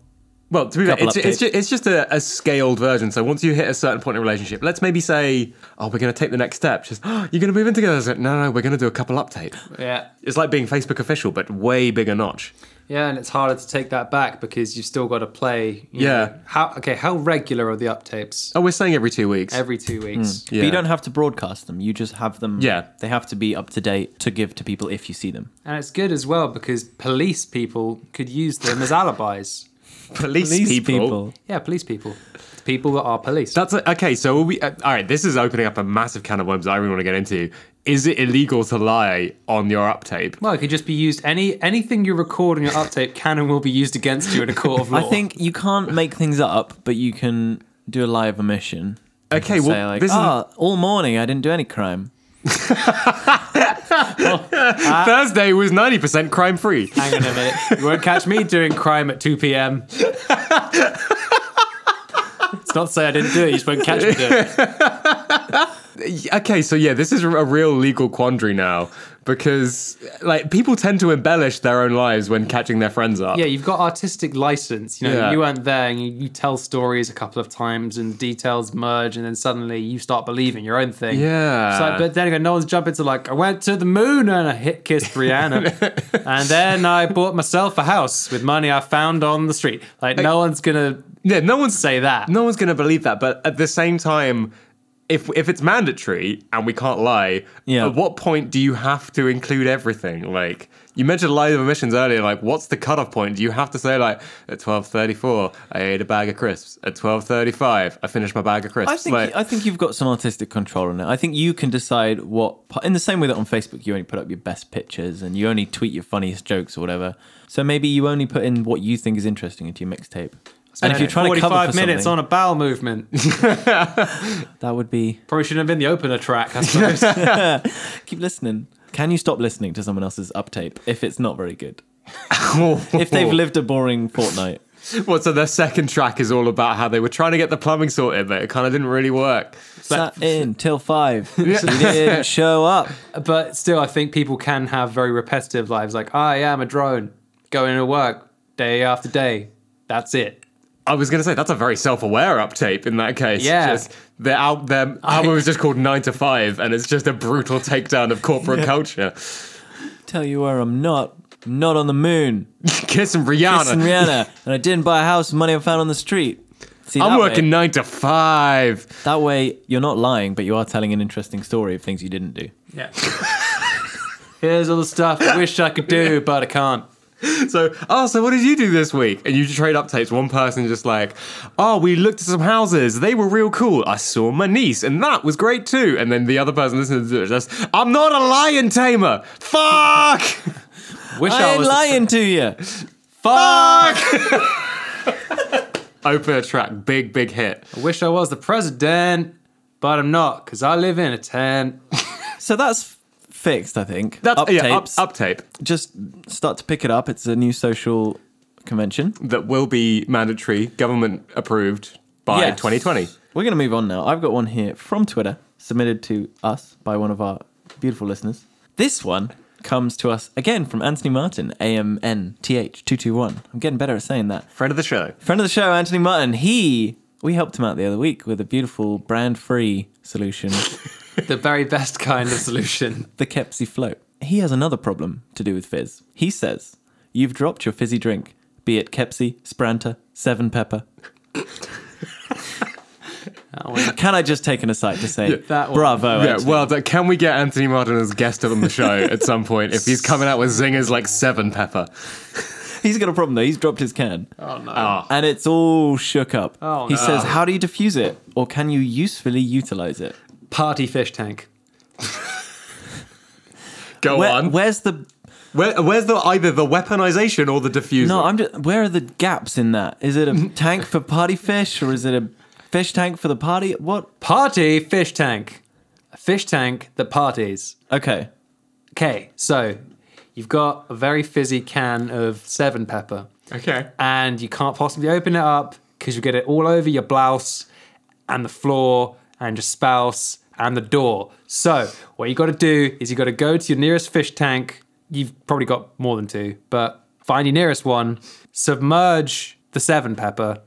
[SPEAKER 4] Well, to be fair,
[SPEAKER 2] Couple
[SPEAKER 4] it's, it's
[SPEAKER 2] update.
[SPEAKER 4] just, it's just a, a scaled version. So once you hit a certain point in a relationship, let's maybe say, oh, we're going to take the next step. Just, [GASPS] oh, you're going to move in together. It's like, no, no, no, we're going to do a couple update.
[SPEAKER 3] Yeah.
[SPEAKER 4] It's like being Facebook official, but way bigger notch.
[SPEAKER 3] Yeah, and it's harder to take that back because you've still got to play. you
[SPEAKER 4] Yeah.
[SPEAKER 3] know. how okay? How regular are the uptapes?
[SPEAKER 4] Oh, we're saying every two weeks.
[SPEAKER 3] Every two weeks.
[SPEAKER 4] yeah.
[SPEAKER 2] But you don't have to broadcast them. You just have them.
[SPEAKER 4] Yeah.
[SPEAKER 2] They have to be up to date to give to people if you see them.
[SPEAKER 3] And it's good as well because police people could use them as alibis.
[SPEAKER 4] police, people.
[SPEAKER 3] Yeah, police people. People that are police.
[SPEAKER 4] That's a, okay. So are we uh, all right. This is opening up a massive can of worms that I really want to get into. Is it illegal to lie on your uptape?
[SPEAKER 3] well, it could just be used. Any anything you record on your uptape can and will be used against you in a court of law.
[SPEAKER 2] I think you can't make things up, but you can do a live omission. You
[SPEAKER 4] Okay,
[SPEAKER 2] can
[SPEAKER 4] well,
[SPEAKER 2] say like,
[SPEAKER 4] this is-
[SPEAKER 2] "Ah, all morning I didn't do any crime.
[SPEAKER 4] Thursday was ninety percent crime free.
[SPEAKER 3] Hang on a minute. You won't catch me doing crime at 2 p.m. it's not to say I didn't do it. You just won't catch me doing it.
[SPEAKER 4] okay, so yeah, this is a real legal quandary now because like people tend to embellish their own lives when catching their friends up.
[SPEAKER 3] Yeah, you've got artistic license. You know,
[SPEAKER 4] Yeah.
[SPEAKER 3] you weren't there, and you, you tell stories a couple of times, and details merge, and then suddenly you start believing your own thing.
[SPEAKER 4] Yeah.
[SPEAKER 3] So, but then again, no one's jumping to like, I went to the moon and I hit kissed
[SPEAKER 4] [LAUGHS]
[SPEAKER 3] Rihanna, and then I bought myself a house with money I found on the street. Like, no one's gonna
[SPEAKER 4] Yeah, no one's
[SPEAKER 3] say that.
[SPEAKER 4] no one's going to believe that, but at the same time if if it's mandatory and we can't lie,
[SPEAKER 2] Yeah.
[SPEAKER 4] at what point do you have to include everything? Like you mentioned live omissions earlier. Like, what's the cutoff point? Do you have to say like at twelve thirty four I ate a bag of crisps. At twelve thirty five I finished my bag of crisps.
[SPEAKER 2] I think
[SPEAKER 4] like,
[SPEAKER 2] I think you've got some artistic control on it. I think you can decide what part, in the same way that on Facebook you only put up your best pictures and you only tweet your funniest jokes or whatever. So maybe you only put in what you think is interesting into your mixtape. And if you're trying to cover for
[SPEAKER 3] minutes
[SPEAKER 2] something,
[SPEAKER 3] on a bowel movement,
[SPEAKER 2] that would be
[SPEAKER 3] probably shouldn't have been the opener track. I suppose.
[SPEAKER 2] keep listening. Can you stop listening to someone else's uptape if it's not very good?
[SPEAKER 4] [LAUGHS]
[SPEAKER 2] If they've lived a boring fortnight.
[SPEAKER 4] Well, so their second track is all about how they were trying to get the plumbing sorted, but it kind of didn't really work.
[SPEAKER 2] Sat in till
[SPEAKER 4] [LAUGHS]
[SPEAKER 2] five. You didn't show up.
[SPEAKER 3] but still, I think people can have very repetitive lives. Like, I am a drone going to work day after day. That's it.
[SPEAKER 4] I was going to say that's a very self-aware uptape in that case.
[SPEAKER 3] Yeah.
[SPEAKER 4] just, their al- their album is just called Nine to Five, and it's just a brutal takedown of corporate culture.
[SPEAKER 2] Tell you where I'm not. I'm not on the moon.
[SPEAKER 4] Kiss and Rihanna.
[SPEAKER 2] It's in Rihanna. And I didn't buy a house with money I found on the street. See,
[SPEAKER 4] I'm
[SPEAKER 2] that
[SPEAKER 4] working
[SPEAKER 2] Way,
[SPEAKER 4] nine to five.
[SPEAKER 2] that way, you're not lying, but you are telling an interesting story of things you didn't do.
[SPEAKER 3] Yeah. Here's all the stuff I wish I could do, but I can't.
[SPEAKER 4] So, oh, so what did you do this week? And you just trade updates. One person just like, oh, we looked at some houses. They were real cool. I saw my niece, and that was great too. And then the other person listening to it just, I'm not a lion tamer. Fuck.
[SPEAKER 3] Wish
[SPEAKER 2] I
[SPEAKER 3] I,
[SPEAKER 2] ain't
[SPEAKER 3] was
[SPEAKER 2] lying to you.
[SPEAKER 4] Fuck. [LAUGHS] Open a track, big, big hit.
[SPEAKER 3] The, wish I was the president, but I'm not because I live in a tent.
[SPEAKER 2] So that's fixed, I think.
[SPEAKER 4] That's
[SPEAKER 2] Uptapes.
[SPEAKER 4] yeah, up, uptape
[SPEAKER 2] Just start to pick it up. It's a new social convention.
[SPEAKER 4] that will be mandatory, government approved by
[SPEAKER 2] Yes.
[SPEAKER 4] 2020.
[SPEAKER 2] We're going to move on now. I've got one here from Twitter, submitted to us by one of our beautiful listeners. This one comes to us again from Anthony Martin, AMNTH221. I'm getting better at saying that.
[SPEAKER 4] Friend of the show.
[SPEAKER 2] Friend of the show, Anthony Martin, he, we helped him out the other week with a beautiful brand free solution, [LAUGHS]
[SPEAKER 3] The very best kind of solution.
[SPEAKER 2] the Kepsi Float. He has another problem to do with fizz. He says, You've dropped your fizzy drink, be it Kepsi, Spranta, Seven Pepper. Can I just take an aside to say,
[SPEAKER 3] that one.
[SPEAKER 2] Bravo,
[SPEAKER 4] Yeah,
[SPEAKER 2] Anthony.
[SPEAKER 4] well, done. can we get Anthony Martin as guest on the show at some point if he's coming out with zingers like Seven Pepper? [LAUGHS]
[SPEAKER 2] He's got a problem though. He's dropped his can.
[SPEAKER 3] Oh, no.
[SPEAKER 2] And it's all shook up.
[SPEAKER 3] Oh,
[SPEAKER 2] he
[SPEAKER 3] no.
[SPEAKER 2] says, How do you diffuse it? Or can you usefully utilize it?
[SPEAKER 3] Party fish tank.
[SPEAKER 4] Go
[SPEAKER 2] Where,
[SPEAKER 4] on.
[SPEAKER 2] where's the.
[SPEAKER 4] Where, where's the either the weaponization or the diffuser?
[SPEAKER 2] No, I'm just. Where are the gaps in that? Is it
[SPEAKER 3] [LAUGHS]
[SPEAKER 2] a tank for party fish or is it a fish tank for the party? What?
[SPEAKER 3] Party fish tank. A fish tank that parties.
[SPEAKER 2] Okay.
[SPEAKER 3] Okay, so you've got a very fizzy can of seven pepper,
[SPEAKER 4] okay.
[SPEAKER 3] and you can't possibly open it up because you get it all over your blouse and the floor and your spouse and the door. So what you got to do is you got to go to your nearest fish tank. You've probably got more than two, but find your nearest one. Submerge the seven pepper,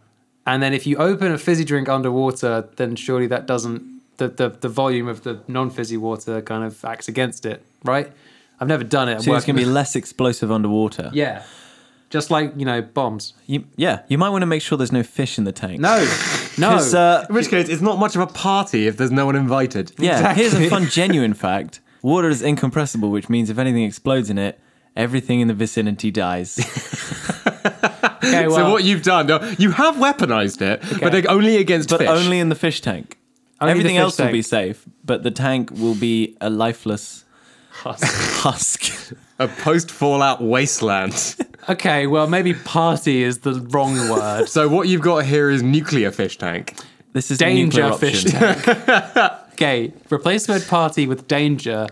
[SPEAKER 3] and then if you open a fizzy drink underwater, then surely that doesn't the the, the volume of the non fizzy water kind of acts against it, right? I've never done it. I'm
[SPEAKER 2] So it's going
[SPEAKER 3] working
[SPEAKER 2] to be
[SPEAKER 3] with-
[SPEAKER 2] less explosive underwater.
[SPEAKER 3] [LAUGHS] yeah, just like you know bombs.
[SPEAKER 2] You, yeah, you might want to make sure there's no fish in the tank.
[SPEAKER 3] No, no.
[SPEAKER 2] 'Cause, uh,
[SPEAKER 4] In which case, it's not much of a party if there's no one invited.
[SPEAKER 2] yeah, here's a
[SPEAKER 3] Exactly. [LAUGHS]
[SPEAKER 2] fun, genuine fact water is incompressible, which means if anything explodes in it, everything in the vicinity dies.
[SPEAKER 3] okay, well,
[SPEAKER 4] So what you've done, no, you have weaponized it, but they're only against
[SPEAKER 2] but
[SPEAKER 4] fish.
[SPEAKER 2] only in the fish tank.
[SPEAKER 3] Only the
[SPEAKER 2] everything
[SPEAKER 3] fish
[SPEAKER 2] else will be
[SPEAKER 3] tank.
[SPEAKER 2] safe, but the tank will be a lifeless [LAUGHS] husk.
[SPEAKER 4] a post-fallout wasteland. [LAUGHS]
[SPEAKER 3] okay, well maybe party is the wrong [LAUGHS] word.
[SPEAKER 4] so what you've got here is nuclear fish tank.
[SPEAKER 2] This is the
[SPEAKER 3] danger
[SPEAKER 2] nuclear
[SPEAKER 3] fish
[SPEAKER 2] option.
[SPEAKER 3] tank. okay, replace the word party with danger.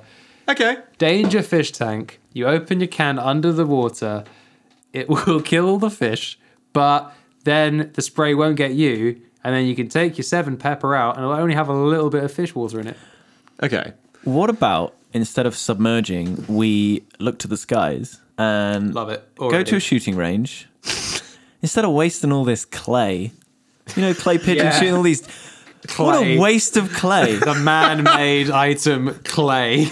[SPEAKER 4] Okay.
[SPEAKER 3] Danger fish tank. You open your can under the water, it [LAUGHS] will kill all the fish, but then the spray won't get you, and then you can take your seven pepper out, and it'll only have a little bit of fish water in it.
[SPEAKER 4] Okay.
[SPEAKER 2] What about instead of submerging, we look to the skies and
[SPEAKER 3] Love it.
[SPEAKER 2] go to a shooting range instead of wasting all this clay. You know, clay pigeon
[SPEAKER 3] Yeah.
[SPEAKER 2] shooting all
[SPEAKER 3] [LAUGHS]
[SPEAKER 2] these. What a
[SPEAKER 3] Clay.
[SPEAKER 2] waste of
[SPEAKER 3] [LAUGHS]
[SPEAKER 2] clay.
[SPEAKER 3] [LAUGHS] the [LAUGHS] man-made item clay.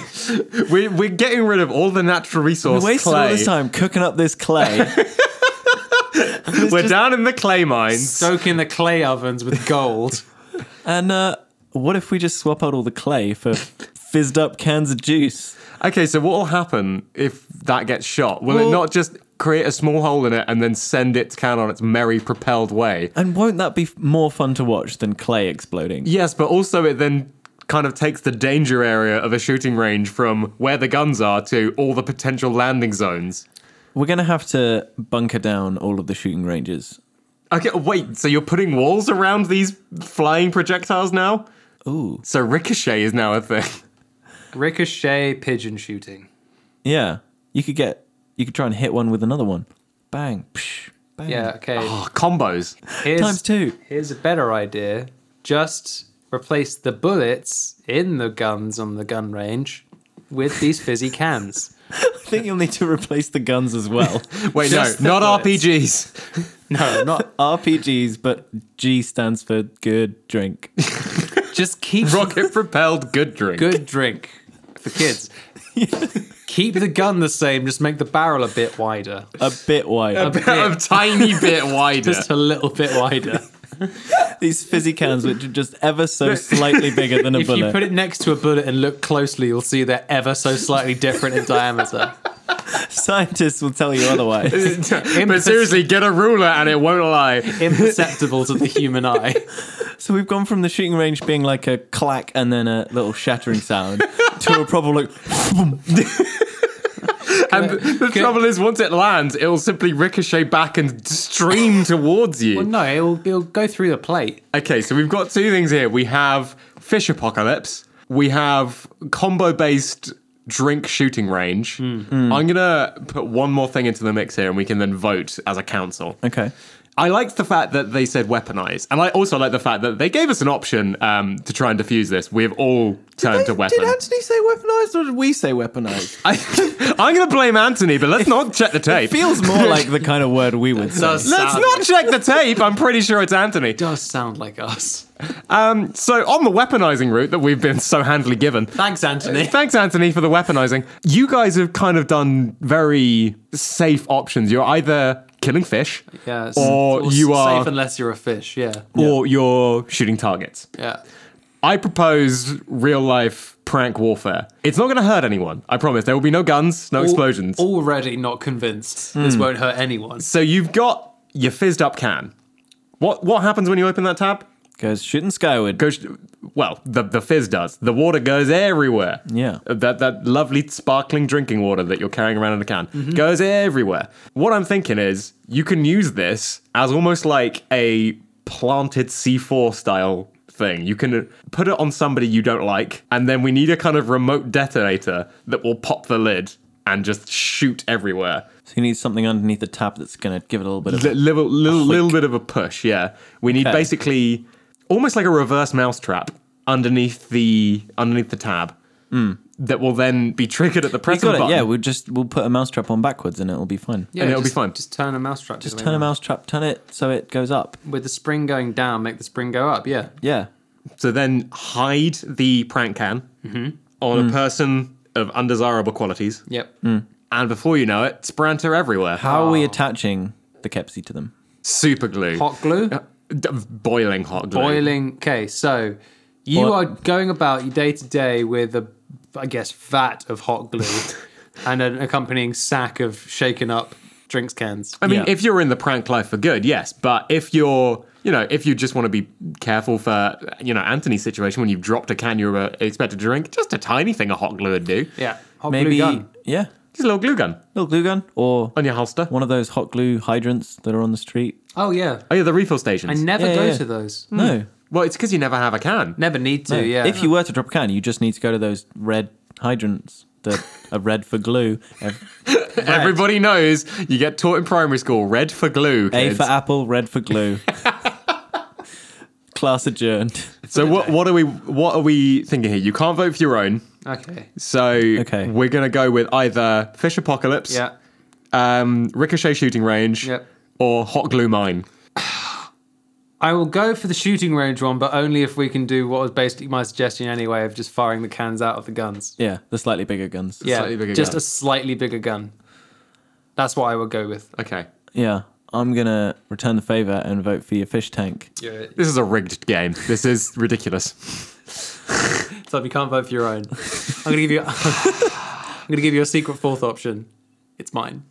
[SPEAKER 4] We're, we're getting rid of all the natural
[SPEAKER 2] We
[SPEAKER 4] resource
[SPEAKER 2] wasted all
[SPEAKER 4] clay.
[SPEAKER 2] this time cooking up this clay.
[SPEAKER 3] [LAUGHS]
[SPEAKER 4] We're down in the clay mines.
[SPEAKER 3] Soak in the clay ovens with gold.
[SPEAKER 2] and uh, what if we just swap out all the clay for fizzed up cans of juice?
[SPEAKER 4] okay, so what will happen if that gets shot? Will
[SPEAKER 2] Well-
[SPEAKER 4] it not just create a small hole in it and then send its can on its merry propelled way?
[SPEAKER 2] And won't that be f- more fun to watch than clay exploding?
[SPEAKER 4] Yes, but also it then kind of takes the danger area of a shooting range from where the guns are to all the potential landing zones.
[SPEAKER 2] We're going to have to bunker down all of the shooting ranges.
[SPEAKER 4] Okay, wait, so you're putting walls around these flying projectiles now?
[SPEAKER 2] Ooh.
[SPEAKER 4] So ricochet is now a thing.
[SPEAKER 3] Ricochet pigeon shooting.
[SPEAKER 2] Yeah. You could get, you could try and hit one with another one. Bang. Psh, bang.
[SPEAKER 3] Yeah, okay.
[SPEAKER 4] Oh, combos.
[SPEAKER 3] Here's-
[SPEAKER 2] Times two.
[SPEAKER 3] Here's a better idea. Just replace the bullets in the guns on the gun range with these fizzy cans.
[SPEAKER 2] [LAUGHS] I think you'll need to replace the guns as [LAUGHS] well.
[SPEAKER 4] Wait, no,
[SPEAKER 3] Just the
[SPEAKER 4] not
[SPEAKER 3] bullets. [LAUGHS]
[SPEAKER 4] RPGs.
[SPEAKER 3] No, not
[SPEAKER 2] RPGs, but G stands for good drink.
[SPEAKER 3] just keep
[SPEAKER 4] Rocket propelled good drink.
[SPEAKER 3] good drink for kids. keep the gun the same, just make the barrel a bit wider.
[SPEAKER 2] [LAUGHS] A bit wide.
[SPEAKER 4] a tiny
[SPEAKER 3] [LAUGHS]
[SPEAKER 4] bit wider.
[SPEAKER 3] Just a little bit wider.
[SPEAKER 2] These fizzy cans, which are just ever [LAUGHS] so slightly bigger than a
[SPEAKER 3] if
[SPEAKER 2] bullet.
[SPEAKER 3] you put it next to a bullet and look closely, you'll see they're ever so slightly different in diameter.
[SPEAKER 2] Scientists will tell you [LAUGHS] otherwise.
[SPEAKER 4] but seriously, get a ruler and it won't lie.
[SPEAKER 3] Imperceptible to the human eye.
[SPEAKER 2] so we've gone from the shooting range being like a clack and then a little shattering [LAUGHS] sound to a proper like.
[SPEAKER 4] And the
[SPEAKER 3] Good.
[SPEAKER 4] trouble is, once it lands, it'll simply ricochet back and stream [LAUGHS] towards you.
[SPEAKER 3] Well, no, it'll, it'll go through the plate.
[SPEAKER 4] Okay, so we've got two things here. We have fish apocalypse. We have combo based drink shooting range.
[SPEAKER 3] Hmm.
[SPEAKER 4] I'm gonna put one more thing into the mix here, and we can then vote as a council.
[SPEAKER 2] Okay.
[SPEAKER 4] I liked the fact that they said weaponize, and I also like the fact that they gave us an option um, to try and defuse this. We've all turned to weapon.
[SPEAKER 2] Did Anthony say weaponized or did we say weaponized?
[SPEAKER 4] I, [LAUGHS] I'm gonna blame Anthony, but let's not check the tape.
[SPEAKER 2] Feels [LAUGHS] more like the kind of word we would say.
[SPEAKER 3] Does
[SPEAKER 4] Let's
[SPEAKER 3] sound-
[SPEAKER 4] not check the tape. I'm pretty sure it's Anthony.
[SPEAKER 3] does sound like us.
[SPEAKER 4] Um, so on the weaponizing route that we've been so handily given,
[SPEAKER 3] Thanks,
[SPEAKER 4] [LAUGHS]
[SPEAKER 3] Anthony.
[SPEAKER 4] Thanks, Anthony, for the weaponizing. You guys have kind of done very safe options. You're either killing fish,
[SPEAKER 3] Yeah, it's-
[SPEAKER 4] or
[SPEAKER 3] it's
[SPEAKER 4] you
[SPEAKER 3] safe
[SPEAKER 4] are,
[SPEAKER 3] unless you're a fish. Yeah,
[SPEAKER 4] or you're shooting targets.
[SPEAKER 3] yeah.
[SPEAKER 4] I propose real life prank warfare. It's not going to hurt anyone. I promise. There will be no guns, no explosions. Hmm.
[SPEAKER 3] Al- already not convinced. This won't hurt anyone.
[SPEAKER 4] So you've got your fizzed up can. What what happens when you open that tab?
[SPEAKER 2] Goes shooting skyward.
[SPEAKER 4] Goes well. The the fizz does. The water goes everywhere.
[SPEAKER 2] Yeah.
[SPEAKER 4] That that lovely sparkling drinking water that you're carrying around in a can goes everywhere. What I'm thinking is you can use this as almost like a planted C4 style thing. You can put it on somebody you don't like, and then we need a kind of remote detonator that will pop the lid and just shoot everywhere.
[SPEAKER 2] So you need something underneath the tab that's going to give it a little bit of.
[SPEAKER 4] Li- little little, little bit of a push. Yeah, we need
[SPEAKER 2] Okay.
[SPEAKER 4] basically almost like a reverse mousetrap underneath the underneath the tab that will then be triggered at the
[SPEAKER 2] Hmm. We
[SPEAKER 4] press
[SPEAKER 2] got
[SPEAKER 4] button.
[SPEAKER 2] it. Yeah, we'll just we'll put a mousetrap on backwards and it'll be fine.
[SPEAKER 3] Yeah,
[SPEAKER 4] And it'll be
[SPEAKER 3] just-
[SPEAKER 4] fine.
[SPEAKER 3] Just turn a mousetrap. the
[SPEAKER 2] Just
[SPEAKER 3] way
[SPEAKER 2] turn a
[SPEAKER 3] around.
[SPEAKER 2] mousetrap, turn it so it goes up.
[SPEAKER 3] with the spring going down. Make the spring go up. Yeah,
[SPEAKER 2] Yeah.
[SPEAKER 4] So then hide the prank can
[SPEAKER 2] Mm-hmm.
[SPEAKER 4] on
[SPEAKER 2] Hmm.
[SPEAKER 4] a person of undesirable qualities,
[SPEAKER 3] yep.
[SPEAKER 4] and before you know it, spranter everywhere.
[SPEAKER 2] How are we attaching the Kepsi to them?
[SPEAKER 4] Super glue.
[SPEAKER 3] Hot glue.
[SPEAKER 4] Uh, d- boiling hot glue.
[SPEAKER 3] Boiling. Okay, so you
[SPEAKER 2] Boil-
[SPEAKER 3] are going about your day to day with a, I guess, vat of hot glue [LAUGHS] and an accompanying sack of shaken up drinks cans.
[SPEAKER 4] I mean,
[SPEAKER 2] Yeah.
[SPEAKER 4] if you're in the prank life for good, yes. But if you're, you know, if you just want to be careful for, you know, Anthony's situation when you've dropped a can you were expected to drink, just a tiny thing a hot glue would do.
[SPEAKER 3] Yeah, hot
[SPEAKER 2] Maybe
[SPEAKER 3] glue gun.
[SPEAKER 2] yeah,
[SPEAKER 4] Just a little glue gun
[SPEAKER 2] little glue gun or
[SPEAKER 4] on your holster.
[SPEAKER 2] one of those hot glue hydrants that are on the street.
[SPEAKER 3] Oh yeah,
[SPEAKER 4] Oh yeah, the refill
[SPEAKER 3] I
[SPEAKER 4] stations.
[SPEAKER 3] never
[SPEAKER 2] Yeah,
[SPEAKER 3] go
[SPEAKER 2] yeah.
[SPEAKER 3] to those.
[SPEAKER 2] No,
[SPEAKER 4] well, it's because you never have a can.
[SPEAKER 3] Never need to.
[SPEAKER 2] no.
[SPEAKER 3] Yeah.
[SPEAKER 2] If you were to drop a can, you just need to go to those red hydrants
[SPEAKER 3] [LAUGHS]
[SPEAKER 2] that are red for glue. Ev-
[SPEAKER 4] Everybody knows you get taught in primary school red for glue.
[SPEAKER 2] A
[SPEAKER 4] Kids.
[SPEAKER 2] for apple, red for glue. [LAUGHS] Class adjourned.
[SPEAKER 4] so what? What are we? What are we thinking here? You can't vote for your own.
[SPEAKER 3] okay.
[SPEAKER 4] So
[SPEAKER 2] Okay.
[SPEAKER 4] we're gonna go with either fish apocalypse,
[SPEAKER 3] Yeah.
[SPEAKER 4] um, ricochet shooting range,
[SPEAKER 3] Yep.
[SPEAKER 4] or hot glue mine.
[SPEAKER 3] I will go for the shooting range one, but only if we can do what was basically my suggestion anyway of just firing the cans out of the guns.
[SPEAKER 2] Yeah, the slightly bigger guns.
[SPEAKER 3] Yeah,
[SPEAKER 4] slightly bigger
[SPEAKER 3] just
[SPEAKER 4] gun.
[SPEAKER 3] a slightly bigger gun. That's what I would go with.
[SPEAKER 4] Okay.
[SPEAKER 2] Yeah. I'm gonna return the favor and vote for your fish tank. [LAUGHS]
[SPEAKER 3] Yeah.
[SPEAKER 4] This is a rigged game. This is ridiculous.
[SPEAKER 3] So if you can't vote for your [LAUGHS] own, I'm gonna [LAUGHS] give you. I'm gonna give you a secret fourth option. It's mine.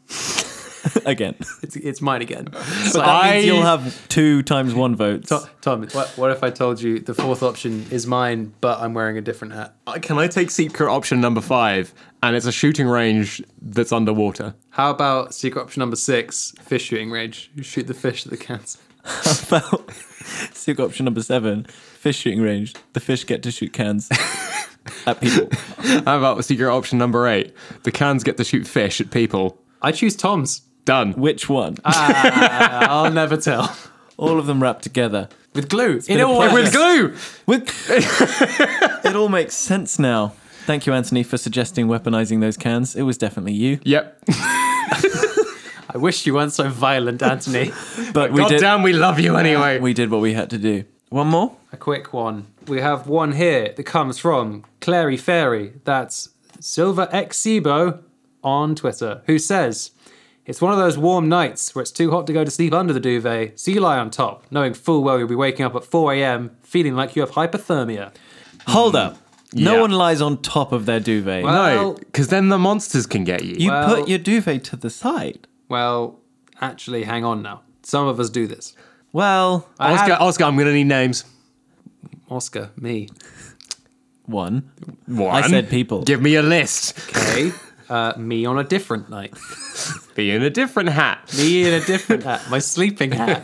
[SPEAKER 2] Again.
[SPEAKER 3] It's it's mine again.
[SPEAKER 2] But that means you'll have two times one votes.
[SPEAKER 3] To- Tom, what, what if I told you the fourth option is mine, but I'm wearing a different hat?
[SPEAKER 4] Uh, Can I take secret option number five? And it's a shooting range that's underwater.
[SPEAKER 3] How about secret option number six, fish shooting range? You shoot the fish at the cans.
[SPEAKER 2] [LAUGHS] about secret option number seven fish shooting range the fish get to shoot
[SPEAKER 3] [LAUGHS]
[SPEAKER 2] cans at people
[SPEAKER 4] How about secret option number eight? The cans get to shoot fish at people.
[SPEAKER 3] I choose Tom's.
[SPEAKER 4] Done.
[SPEAKER 2] which one
[SPEAKER 3] Ah. I'll never tell.
[SPEAKER 2] all of them wrapped together
[SPEAKER 3] With glue.
[SPEAKER 2] been
[SPEAKER 3] It
[SPEAKER 2] a
[SPEAKER 3] all
[SPEAKER 2] pleasure.
[SPEAKER 3] works.
[SPEAKER 4] With glue!
[SPEAKER 2] With- [LAUGHS] it all makes sense now thank you anthony for suggesting weaponizing those cans it was definitely you
[SPEAKER 4] Yep.
[SPEAKER 3] I wish you weren't so violent, Anthony.
[SPEAKER 2] but we
[SPEAKER 4] God
[SPEAKER 2] did
[SPEAKER 4] damn, we love you anyway.
[SPEAKER 2] we did what we had to do one more
[SPEAKER 3] a quick one. We have one here that comes from Clary Fairy. That's Silver Xebo on Twitter, who says, It's one of those warm nights where it's too hot to go to sleep under the duvet, so you lie on top, knowing full well you'll be waking up at 4 a.m. feeling like you have hypothermia.
[SPEAKER 2] hold up
[SPEAKER 4] Yeah.
[SPEAKER 2] no one lies on top of their duvet
[SPEAKER 4] no,
[SPEAKER 3] Well-
[SPEAKER 4] because then the monsters can get you.
[SPEAKER 2] you
[SPEAKER 3] well-
[SPEAKER 2] put your duvet to the side
[SPEAKER 3] Well, actually, hang on now. Some of us do this.
[SPEAKER 2] well
[SPEAKER 3] I
[SPEAKER 4] Oscar,
[SPEAKER 3] have-
[SPEAKER 4] Oscar, I'm going to need names.
[SPEAKER 3] Oscar, me.
[SPEAKER 2] one
[SPEAKER 4] One.
[SPEAKER 2] I said people.
[SPEAKER 4] Give me a list.
[SPEAKER 3] Okay. Uh, me on a different night.
[SPEAKER 4] Be in a different hat.
[SPEAKER 3] Me in a different hat, my sleeping hat.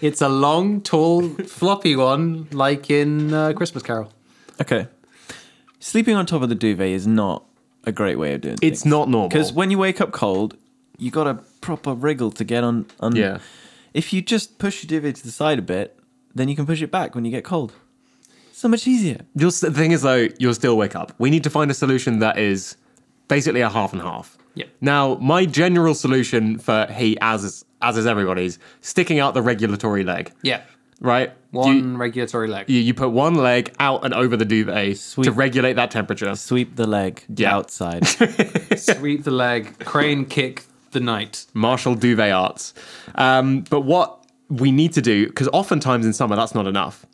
[SPEAKER 3] It's a long, tall, floppy one, like in uh, Christmas Carol.
[SPEAKER 2] Okay. Sleeping on top of the duvet is not a great way of doing it.
[SPEAKER 4] It's not normal.
[SPEAKER 2] Because when you wake up cold, you got to proper wriggle to get on, on.
[SPEAKER 4] Yeah.
[SPEAKER 2] If you just push your duvet to the side a bit, then you can push it back when you get cold. So much easier.
[SPEAKER 4] You'll, s- the thing is, though, you'll still wake up. We need to find a solution that is basically a half and half.
[SPEAKER 3] Yep.
[SPEAKER 4] Now, my general solution for heat, as is, as is everybody's, sticking out the regulatory leg,
[SPEAKER 3] Yeah.
[SPEAKER 4] right?
[SPEAKER 3] One
[SPEAKER 4] You,
[SPEAKER 3] regulatory leg.
[SPEAKER 4] you, you put one leg out and over the duvet
[SPEAKER 2] Sweet.
[SPEAKER 4] to regulate that temperature.
[SPEAKER 2] Sweep the leg
[SPEAKER 4] Yeah.
[SPEAKER 2] outside.
[SPEAKER 3] Sweep the leg, crane kick the night.
[SPEAKER 4] Martial duvet arts. Um, but what we need to do, because oftentimes in summer that's not enough.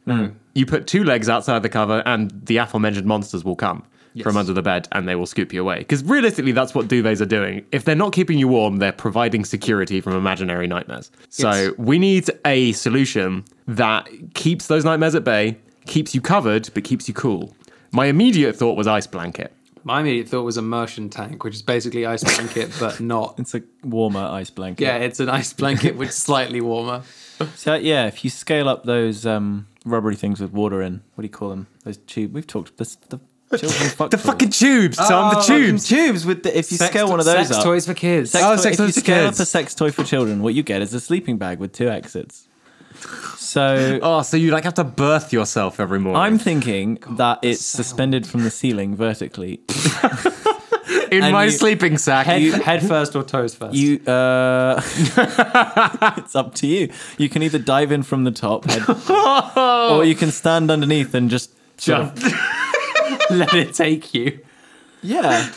[SPEAKER 4] You put two legs outside the cover, and the aforementioned monsters will come from under the bed, and they will scoop you away. Because realistically, that's what duvets are doing. If they're not keeping you warm, they're providing security from imaginary nightmares. So
[SPEAKER 3] Yes.
[SPEAKER 4] we need a solution that keeps those nightmares at bay, keeps you covered, but keeps you cool. My immediate thought was ice blanket.
[SPEAKER 3] My immediate thought was immersion tank, which is basically ice blanket, but not.
[SPEAKER 2] it's a warmer ice blanket.
[SPEAKER 3] Yeah, it's an ice blanket, which is slightly warmer.
[SPEAKER 2] So, yeah, if you scale up those um, rubbery things with water in, what do you call them? Those tube. We've talked. This, the children fuck
[SPEAKER 4] The
[SPEAKER 2] toys.
[SPEAKER 4] fucking tubes, Tom. the
[SPEAKER 2] Fucking
[SPEAKER 4] tubes.
[SPEAKER 2] tubes with the, if you
[SPEAKER 3] Sex
[SPEAKER 2] scale
[SPEAKER 3] to-
[SPEAKER 2] one of those
[SPEAKER 3] sex
[SPEAKER 2] up.
[SPEAKER 3] toys for kids.
[SPEAKER 2] Sex
[SPEAKER 4] Oh,
[SPEAKER 2] toy,
[SPEAKER 4] sex
[SPEAKER 2] if you
[SPEAKER 4] toys for
[SPEAKER 2] scale
[SPEAKER 4] kids.
[SPEAKER 2] up a sex toy for children, what you get is a sleeping bag with two exits. So
[SPEAKER 4] Oh, so you like have to birth yourself every morning.
[SPEAKER 2] I'm thinking that it's suspended from the ceiling vertically.
[SPEAKER 4] in
[SPEAKER 2] and
[SPEAKER 4] my
[SPEAKER 2] you-
[SPEAKER 4] sleeping sack.
[SPEAKER 2] Head-
[SPEAKER 3] [LAUGHS]
[SPEAKER 4] You-
[SPEAKER 3] Head first or toes first?
[SPEAKER 2] You, uh, [LAUGHS] it's up to you. You can either dive in from the top, head, or you can stand underneath and just sort of-
[SPEAKER 3] let it take you.
[SPEAKER 2] yeah.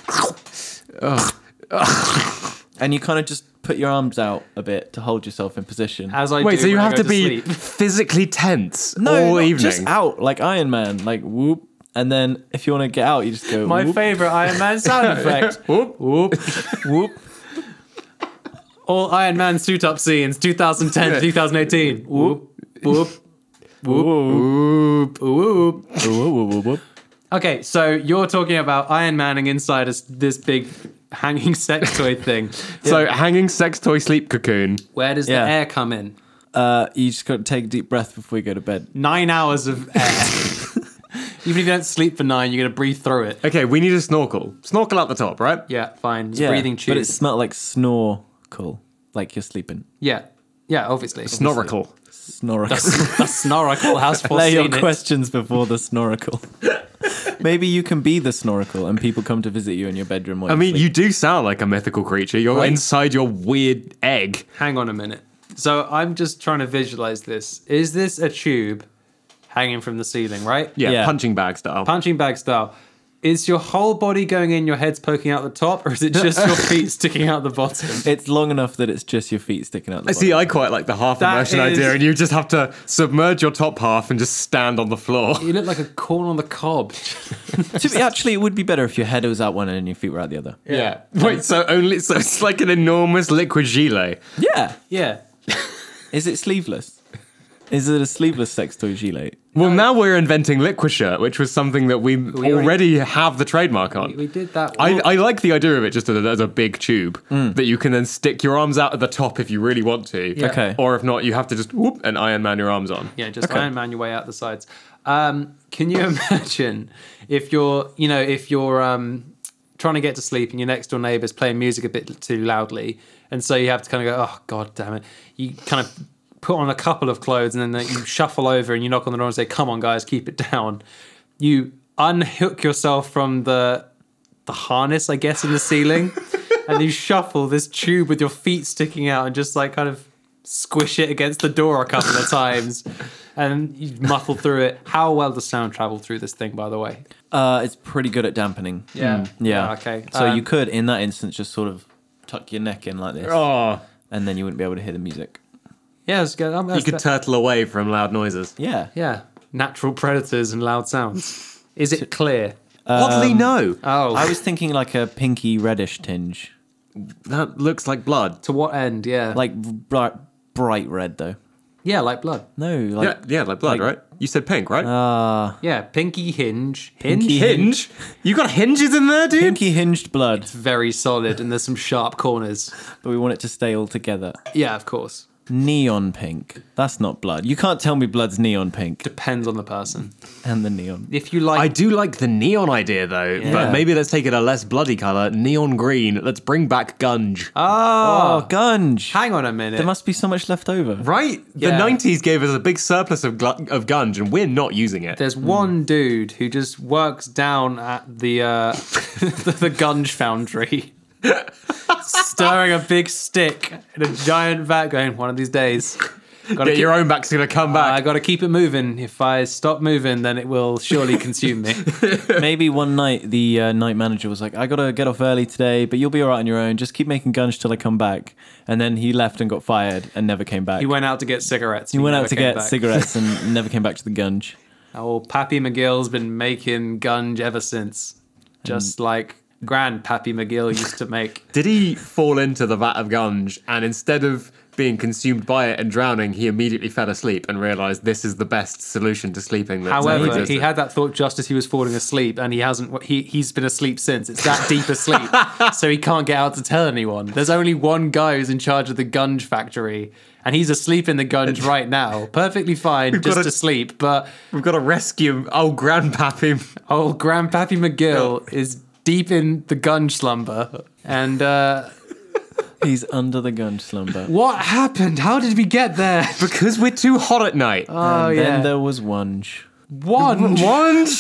[SPEAKER 2] and you kind of just put your arms out a bit to hold yourself in position.
[SPEAKER 3] As I
[SPEAKER 4] Wait,
[SPEAKER 3] do
[SPEAKER 4] so you
[SPEAKER 3] when I
[SPEAKER 4] have
[SPEAKER 3] go
[SPEAKER 4] to be
[SPEAKER 3] sleep.
[SPEAKER 4] physically tense
[SPEAKER 2] no,
[SPEAKER 4] all
[SPEAKER 2] not-
[SPEAKER 4] evening.
[SPEAKER 2] just out like Iron Man, like whoop. And then if you want to get out, you just go
[SPEAKER 3] my
[SPEAKER 2] whoop,
[SPEAKER 3] favorite Iron Man [LAUGHS] sound effect.
[SPEAKER 4] Whoop.
[SPEAKER 2] whoop.
[SPEAKER 3] All Iron Man suit up scenes, 2010 to 2018. Whoop whoop
[SPEAKER 4] Oop.
[SPEAKER 3] whoop.
[SPEAKER 2] whoop, whoop, whoop, whoop.
[SPEAKER 3] Okay, so you're talking about Iron Manning inside us this big hanging [LAUGHS] sex toy thing.
[SPEAKER 4] So hanging sex toy sleep cocoon.
[SPEAKER 3] Where does
[SPEAKER 2] Yeah.
[SPEAKER 3] the air come in?
[SPEAKER 2] Uh, you just got to take a deep breath before you go to bed.
[SPEAKER 3] Nine hours of air. [LAUGHS] Even if you don't sleep for nine, you're gonna breathe through it.
[SPEAKER 4] Okay, we need a snorkel. Snorkel at the top, right?
[SPEAKER 3] Yeah, fine. It's breathing
[SPEAKER 2] But it
[SPEAKER 3] tubes.
[SPEAKER 2] smelled like snorkel, like you're sleeping.
[SPEAKER 3] Yeah, yeah, obviously.
[SPEAKER 4] Snorkel.
[SPEAKER 2] Snorkel. [LAUGHS]
[SPEAKER 3] [LAUGHS] a snorkel [LAUGHS] has
[SPEAKER 2] Play your
[SPEAKER 3] foreseen it.
[SPEAKER 2] questions before the snorkel. [LAUGHS] Maybe you can be the snorkel and people come to visit you in your bedroom. While
[SPEAKER 4] I
[SPEAKER 2] you
[SPEAKER 4] mean,
[SPEAKER 2] sleep.
[SPEAKER 4] you do sound like a mythical creature. You're
[SPEAKER 3] Right.
[SPEAKER 4] inside your weird egg.
[SPEAKER 3] Hang on a minute. So I'm just trying to visualize this. Is this a tube hanging from the ceiling, right?
[SPEAKER 4] Yeah,
[SPEAKER 2] Yeah.
[SPEAKER 4] punching bag style.
[SPEAKER 3] Punching bag style. Is your whole body going in, your head's poking out the top, or is it just [LAUGHS] your feet sticking out the bottom?
[SPEAKER 2] it's long enough that it's just your feet sticking out. The
[SPEAKER 4] I see.
[SPEAKER 2] bottom.
[SPEAKER 4] I quite like the half
[SPEAKER 3] That
[SPEAKER 4] immersion
[SPEAKER 3] is-
[SPEAKER 4] idea, and you just have to submerge your top half and just stand on the floor.
[SPEAKER 3] You look like a corn on the cob.
[SPEAKER 2] To be- actually, it would be better if your head was out one end and your feet were out the other.
[SPEAKER 4] Yeah. [LAUGHS] Wait. So only. So it's like an enormous liquid gilet.
[SPEAKER 2] Yeah.
[SPEAKER 3] Yeah.
[SPEAKER 2] Is it sleeveless? Is it a sleeveless sex toy gilet?
[SPEAKER 4] Well, now we're inventing liquisher, which was something that we,
[SPEAKER 3] already-
[SPEAKER 4] already have the trademark on.
[SPEAKER 3] We, we did that
[SPEAKER 4] I,
[SPEAKER 3] one.
[SPEAKER 4] I like the idea of it just as a, as a big tube that you can then stick your arms out at the top if you really want to.
[SPEAKER 3] Yeah.
[SPEAKER 2] Okay.
[SPEAKER 4] Or if not, you have to just whoop and Iron Man your arms on.
[SPEAKER 3] yeah, just Iron Man your way out the sides. Um, can you [LAUGHS] imagine if you're, you know, if you're um, trying to get to sleep and your next door neighbour's playing music a bit too loudly, and so you have to kind of go, oh god damn it! You kind of put on a couple of clothes and then you shuffle over and you knock on the door and say, come on guys, keep it down. You unhook yourself from the the harness, I guess, in the ceiling, and you shuffle this tube with your feet sticking out and just like kind of squish it against the door a couple of times, and you muffle through it. How well does sound travel through this thing, by the way?
[SPEAKER 2] Uh, it's pretty good at dampening.
[SPEAKER 3] Yeah.
[SPEAKER 2] Mm, Yeah.
[SPEAKER 3] Yeah, okay.
[SPEAKER 2] So
[SPEAKER 3] Um,
[SPEAKER 2] you could, in that instance, just sort of tuck your neck in like this,
[SPEAKER 4] Oh,
[SPEAKER 2] and then you wouldn't be able to hear the music.
[SPEAKER 3] Yeah, it's good. Um,
[SPEAKER 4] you
[SPEAKER 3] that's
[SPEAKER 4] could
[SPEAKER 3] that-
[SPEAKER 4] turtle away from loud noises.
[SPEAKER 2] Yeah.
[SPEAKER 3] yeah, natural predators and loud sounds. Is it clear?
[SPEAKER 4] Oddly, no.
[SPEAKER 3] Oh,
[SPEAKER 2] I was thinking like a pinky reddish tinge,
[SPEAKER 4] That looks like blood.
[SPEAKER 3] to what end? Yeah,
[SPEAKER 2] like bright, bright red though.
[SPEAKER 3] yeah, like blood.
[SPEAKER 2] No, like
[SPEAKER 4] yeah, yeah, like blood,
[SPEAKER 2] like-
[SPEAKER 4] right? You said pink, right?
[SPEAKER 3] Yeah, pinky hinge, hinge,
[SPEAKER 2] Pinky
[SPEAKER 4] hinge. You got hinges in there, dude.
[SPEAKER 2] pinky hinged blood,
[SPEAKER 3] very solid, and there's some sharp corners.
[SPEAKER 2] but we want it to stay all together.
[SPEAKER 3] Yeah, of course.
[SPEAKER 2] Neon pink. That's not blood. You can't tell me blood's neon pink
[SPEAKER 3] Depends on the person.
[SPEAKER 2] and the neon.
[SPEAKER 3] If you like
[SPEAKER 4] I do like the neon idea though, but maybe let's take it a less bloody color, neon green. Let's bring back gunge.
[SPEAKER 2] Oh, gunge.
[SPEAKER 3] Hang on a minute.
[SPEAKER 2] There must be so much left [LAUGHS] over.
[SPEAKER 4] right?
[SPEAKER 3] Yeah.
[SPEAKER 4] The 90s gave us a big surplus of, glu- of gunge and we're not using it.
[SPEAKER 2] Hmm.
[SPEAKER 3] There's one dude who just works down at the uh, [LAUGHS] the, the gunge foundry, stirring a big stick in a giant vat, going, "One of these days, gotta keep-
[SPEAKER 4] Get
[SPEAKER 3] Uh,
[SPEAKER 4] your own back's gonna come back.
[SPEAKER 3] I got to keep it moving. If I stop moving, then it will surely
[SPEAKER 2] [LAUGHS]
[SPEAKER 3] consume me."
[SPEAKER 2] Maybe one night the uh, night manager was like, I gotta get off early today, but you'll be alright on your own. Just keep making gunge till I come back. And then he left and got fired and never came back.
[SPEAKER 3] he went out to get cigarettes.
[SPEAKER 2] He went out to get
[SPEAKER 3] cigarettes.
[SPEAKER 2] cigarettes and [LAUGHS] never came back to the gunge.
[SPEAKER 3] Oh, Pappy McGill's been making gunge ever since,
[SPEAKER 2] Hmm.
[SPEAKER 3] just like Grand Pappy McGill used to make.
[SPEAKER 4] Did he fall into the vat of gunge and instead of being consumed by it and drowning, he immediately fell asleep and realized this is the best solution to sleeping. That's ever
[SPEAKER 3] However,
[SPEAKER 4] existed.
[SPEAKER 3] he had that thought just as he was falling asleep, and he hasn't. He he's been asleep since. It's that deep asleep, so he can't get out to tell anyone. There's only one guy who's in charge of the gunge factory, and he's asleep in the gunge right now, perfectly fine, just
[SPEAKER 4] gotta-
[SPEAKER 3] asleep. But
[SPEAKER 4] We've got to rescue old grandpappy.
[SPEAKER 3] old Grandpappy McGill is deep in the gunge slumber, and uh,
[SPEAKER 2] He's under the gun slumber.
[SPEAKER 3] What happened? How did we get there?
[SPEAKER 4] [LAUGHS] Because we're too hot at night.
[SPEAKER 3] Oh
[SPEAKER 2] and
[SPEAKER 3] yeah.
[SPEAKER 2] then there was Wunge.
[SPEAKER 3] One.
[SPEAKER 4] Wand?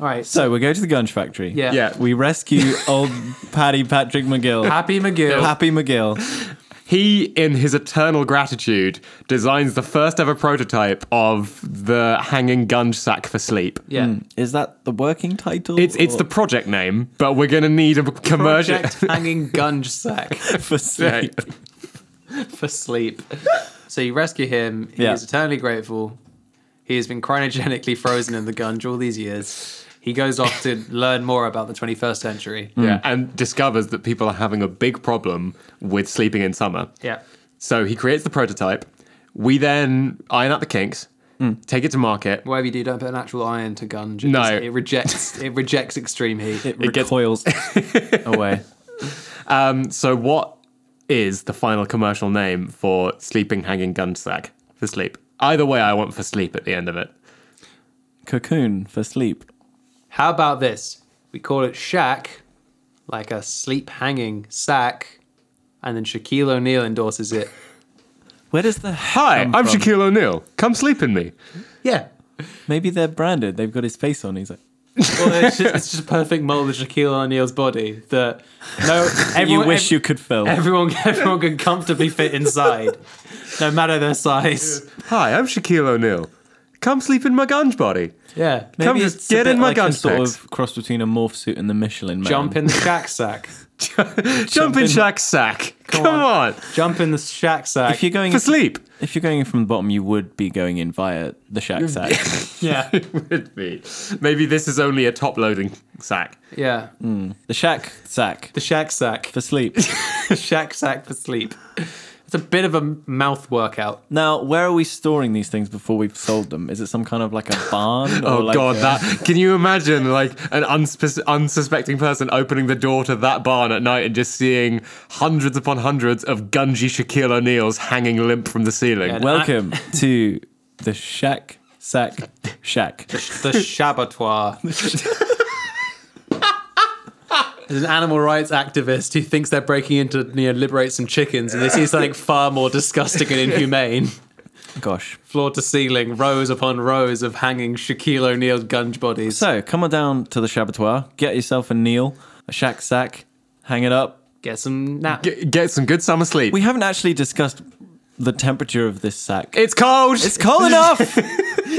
[SPEAKER 3] All right.
[SPEAKER 2] So we go to the gunge factory.
[SPEAKER 3] Yeah.
[SPEAKER 4] Yeah.
[SPEAKER 2] We rescue old Paddy Patrick McGill.
[SPEAKER 3] Happy McGill.
[SPEAKER 2] Happy McGill.
[SPEAKER 4] He, in his eternal gratitude, designs the first ever prototype of the hanging gunge sack for sleep.
[SPEAKER 3] yeah.
[SPEAKER 2] Hmm. Is that the working title?
[SPEAKER 4] It's it's
[SPEAKER 2] or-
[SPEAKER 4] the project name, but we're gonna need a commercial.
[SPEAKER 3] Project
[SPEAKER 4] [LAUGHS]
[SPEAKER 3] hanging gunge sack
[SPEAKER 2] for sleep.
[SPEAKER 3] [LAUGHS]
[SPEAKER 2] [LAUGHS]
[SPEAKER 3] for sleep. So you rescue him. He
[SPEAKER 2] Yeah.
[SPEAKER 3] is eternally grateful. He has been cryogenically frozen in the gunge all these years. He goes off to learn more about the 21st century.
[SPEAKER 4] Yeah, and discovers that people are having a big problem with sleeping in summer.
[SPEAKER 3] Yeah.
[SPEAKER 4] So he creates the prototype. We then iron out the kinks, take it to market.
[SPEAKER 3] Whatever you do, don't put an actual iron to gunge. It
[SPEAKER 4] No.
[SPEAKER 3] just- it rejects. it rejects extreme heat.
[SPEAKER 2] It
[SPEAKER 4] gets-
[SPEAKER 2] recoils away.
[SPEAKER 4] Um, so what is the final commercial name for sleeping hanging gun sack for sleep? Either way, I want for sleep at the end of it.
[SPEAKER 2] Cocoon for sleep.
[SPEAKER 3] How about this? We call it shack, like a sleep hanging sack, and then Shaquille O'Neal
[SPEAKER 2] [LAUGHS]
[SPEAKER 3] endorses it.
[SPEAKER 2] Where does the
[SPEAKER 4] Hi,
[SPEAKER 2] come
[SPEAKER 4] I'm
[SPEAKER 2] from?
[SPEAKER 4] Shaquille O'Neal. Come sleep in me.
[SPEAKER 3] Yeah.
[SPEAKER 2] Maybe they're branded. They've got his face on. He's like,
[SPEAKER 3] Well, it's just, it's just a perfect mold of Shaquille O'Neal's body that no
[SPEAKER 2] [LAUGHS]
[SPEAKER 3] everyone,
[SPEAKER 2] you wish you could fill.
[SPEAKER 3] everyone [LAUGHS] everyone can comfortably fit inside, no matter their size.
[SPEAKER 4] Hi, I'm Shaquille O'Neal. Come sleep in my gunge body. [LAUGHS]
[SPEAKER 3] Yeah.
[SPEAKER 2] Maybe
[SPEAKER 4] Come just
[SPEAKER 2] it's a
[SPEAKER 4] get
[SPEAKER 2] bit
[SPEAKER 4] in my
[SPEAKER 2] like a
[SPEAKER 4] gun
[SPEAKER 2] sort
[SPEAKER 4] specs.
[SPEAKER 2] of cross between a morph suit and the Michelin Man.
[SPEAKER 3] Jump in the shack sack.
[SPEAKER 4] Jump in Shaq's sack. Come, on.
[SPEAKER 3] Jump in the shack sack.
[SPEAKER 2] If you're going
[SPEAKER 4] For [LAUGHS] sleep.
[SPEAKER 2] if you're going in from the bottom, you would be going in via the shack sack.
[SPEAKER 3] yeah.
[SPEAKER 4] Would be. Maybe this is only a top loading sack.
[SPEAKER 3] Yeah.
[SPEAKER 2] the shack sack
[SPEAKER 3] The shack sack. [LAUGHS]
[SPEAKER 2] for sleep.
[SPEAKER 3] The shack sack for sleep. It's a bit of a mouth workout.
[SPEAKER 2] now, where are we storing these things before we've sold them? Is it some kind of like a barn?
[SPEAKER 4] Oh
[SPEAKER 2] or like
[SPEAKER 4] god,
[SPEAKER 2] a-
[SPEAKER 4] that can you imagine like an unsus- unsuspecting person opening the door to that barn at night and just seeing hundreds upon hundreds of gungy Shaquille O'Neals hanging limp from the ceiling?
[SPEAKER 3] Yeah.
[SPEAKER 2] Welcome to the shack sack shack.
[SPEAKER 3] [LAUGHS] The Shabatoire. [LAUGHS] There's an animal rights activist who thinks they're breaking into you know, liberate some chickens, and they see something far more disgusting and inhumane.
[SPEAKER 2] Gosh.
[SPEAKER 3] [LAUGHS] Floor to ceiling, rows upon rows of hanging Shaquille O'Neal gunge bodies.
[SPEAKER 2] So come on down to the Shabatoire, get yourself a kneel, a shack sack, hang it up.
[SPEAKER 3] Get some nap.
[SPEAKER 4] G- get some good summer sleep.
[SPEAKER 2] We haven't actually discussed the temperature of this sack.
[SPEAKER 4] it's cold.
[SPEAKER 2] It's [LAUGHS] cold enough.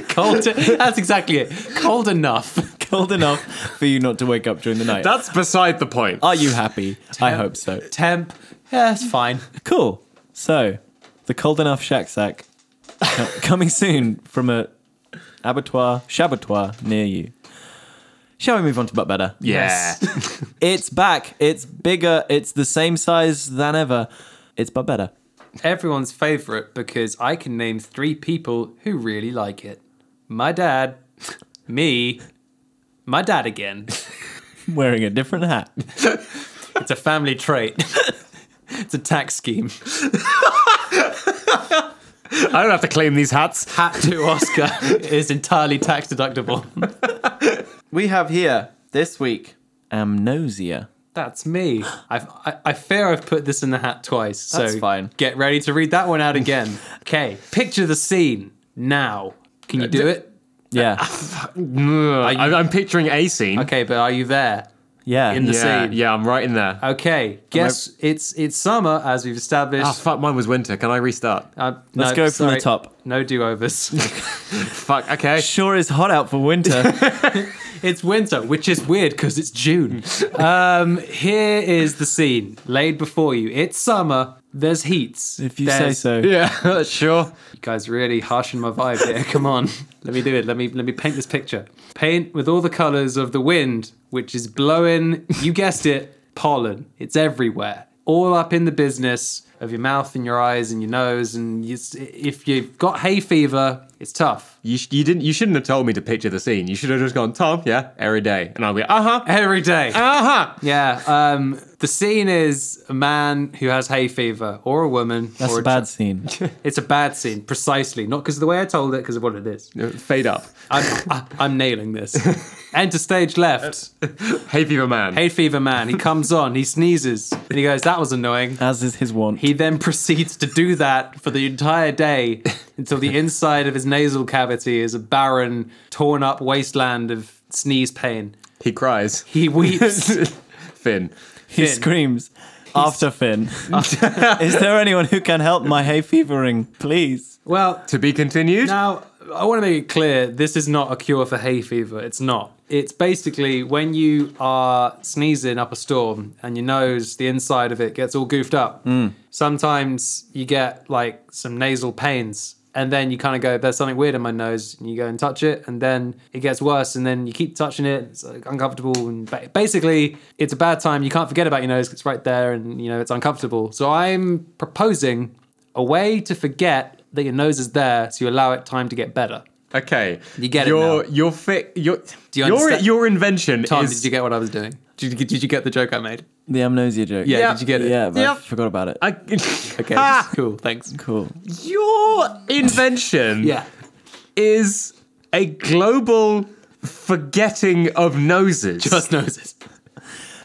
[SPEAKER 3] Cold.
[SPEAKER 4] [LAUGHS]
[SPEAKER 3] That's exactly it. Cold enough.
[SPEAKER 2] cold enough for you not to wake up during the night.
[SPEAKER 4] That's beside the point.
[SPEAKER 2] Are you happy? I hope so.
[SPEAKER 3] Temp. Yeah, it's fine.
[SPEAKER 2] Cool. So, the cold enough shack sack co- [LAUGHS] coming soon from a abattoir, shabatoire near you. Shall we move on to But Better?
[SPEAKER 4] yeah.
[SPEAKER 2] It's back. It's bigger. It's the same size than ever. It's But Better. [LAUGHS]
[SPEAKER 3] Everyone's favorite because I can name three people who really like it. My dad, me, my dad again.
[SPEAKER 2] Wearing a different hat.
[SPEAKER 3] It's a family trait. [LAUGHS] It's a tax scheme.
[SPEAKER 4] [LAUGHS] I don't have to claim these hats.
[SPEAKER 3] Hat to Oscar is entirely tax deductible.
[SPEAKER 2] We have here this week amnesia.
[SPEAKER 3] That's me. I've, I, I fear I've put this in the hat twice. So
[SPEAKER 2] That's fine.
[SPEAKER 3] Get ready to read that one out again. Okay. Picture the scene now. Can
[SPEAKER 2] Uh,
[SPEAKER 3] you do it?
[SPEAKER 2] [LAUGHS] Yeah.
[SPEAKER 4] Ugh, I'm, I'm picturing a scene.
[SPEAKER 3] Okay, but are you there?
[SPEAKER 2] Yeah.
[SPEAKER 3] In the
[SPEAKER 4] Yeah,
[SPEAKER 3] scene.
[SPEAKER 4] yeah, I'm right in there.
[SPEAKER 3] Okay. Guess it's it's summer as we've established.
[SPEAKER 4] Oh fuck, mine was winter. Can I restart?
[SPEAKER 3] Uh,
[SPEAKER 2] Ah, Let's
[SPEAKER 3] no,
[SPEAKER 2] go from
[SPEAKER 3] sorry.
[SPEAKER 2] the top.
[SPEAKER 3] No do overs.
[SPEAKER 4] Fuck. Okay.
[SPEAKER 2] Sure is hot out for [LAUGHS] winter.
[SPEAKER 3] [LAUGHS] it's winter, which is weird because
[SPEAKER 2] [LAUGHS]
[SPEAKER 3] it's June. um, here is the scene laid before you. It's summer. There's heats.
[SPEAKER 2] if you say
[SPEAKER 3] There's-
[SPEAKER 2] so.
[SPEAKER 4] [LAUGHS] Yeah, [LAUGHS] sure.
[SPEAKER 3] You guys really harshing my vibe here. Come on. Let me do it. Let me let me paint this picture. Paint with all the colours of the wind, which is blowing, you guessed it, pollen. It's everywhere. All up in the business of your mouth and your eyes and your nose. And you, if you've got hay fever, it's tough.
[SPEAKER 4] You, sh- you didn't. You shouldn't have told me to picture the scene. You should have just gone, Tom. Yeah, every day, and I'll be, uh huh,
[SPEAKER 3] Every day.
[SPEAKER 4] uh huh.
[SPEAKER 3] Yeah. Um, the scene is a man who has hay fever or a woman.
[SPEAKER 2] That's
[SPEAKER 3] or
[SPEAKER 2] a bad [LAUGHS] scene.
[SPEAKER 3] [LAUGHS] It's a bad scene, precisely. Not because of the way I told it, because of what it is.
[SPEAKER 4] Uh, Fade up.
[SPEAKER 3] I'm, I, I'm nailing this. Enter stage left.
[SPEAKER 4] [LAUGHS] Hey, fever man.
[SPEAKER 3] Hay fever man. He comes on, he sneezes, and he goes, That was annoying.
[SPEAKER 2] As is his want.
[SPEAKER 3] He then [LAUGHS] proceeds to do that for the entire day until the inside of his nasal cavity is a barren, torn up wasteland of sneeze pain.
[SPEAKER 4] He cries. [LAUGHS]
[SPEAKER 3] He weeps.
[SPEAKER 4] Finn.
[SPEAKER 2] He
[SPEAKER 3] Finn.
[SPEAKER 2] screams after
[SPEAKER 3] [LAUGHS]
[SPEAKER 2] Finn. Is there anyone who can help my hay fevering, please?
[SPEAKER 3] well,
[SPEAKER 4] To be continued.
[SPEAKER 3] Now, I want to make it clear this is not a cure for hay fever. It's not. It's basically when you are sneezing up a storm and your nose, the inside of it gets all goofed up. Sometimes you get like some nasal pains. And then you kind of go, there's something weird in my nose, and you go and touch it, and then it gets worse, and then you keep touching it, it's like uncomfortable, and ba- basically it's a bad time. You can't forget about your nose; 'cause it's right there, and you know it's uncomfortable. So I'm proposing a way to forget that your nose is there, so you allow it time to get better.
[SPEAKER 4] Okay.
[SPEAKER 3] You get it
[SPEAKER 4] your,
[SPEAKER 3] now.
[SPEAKER 4] Your fi- your
[SPEAKER 3] Do you
[SPEAKER 4] your
[SPEAKER 3] understand-
[SPEAKER 4] your invention
[SPEAKER 3] Tom,
[SPEAKER 4] is.
[SPEAKER 3] did you get what I was doing? Did you, did you get the joke I made?
[SPEAKER 2] The amnesia joke.
[SPEAKER 3] Yeah,
[SPEAKER 4] Yeah.
[SPEAKER 3] did you get it?
[SPEAKER 2] Yeah, but I
[SPEAKER 4] Yep.
[SPEAKER 2] forgot about it.
[SPEAKER 4] I,
[SPEAKER 3] [LAUGHS] Okay, cool, thanks.
[SPEAKER 2] cool.
[SPEAKER 4] your
[SPEAKER 3] [LAUGHS]
[SPEAKER 4] invention
[SPEAKER 3] Yeah.
[SPEAKER 4] is a global forgetting of noses.
[SPEAKER 3] Just noses.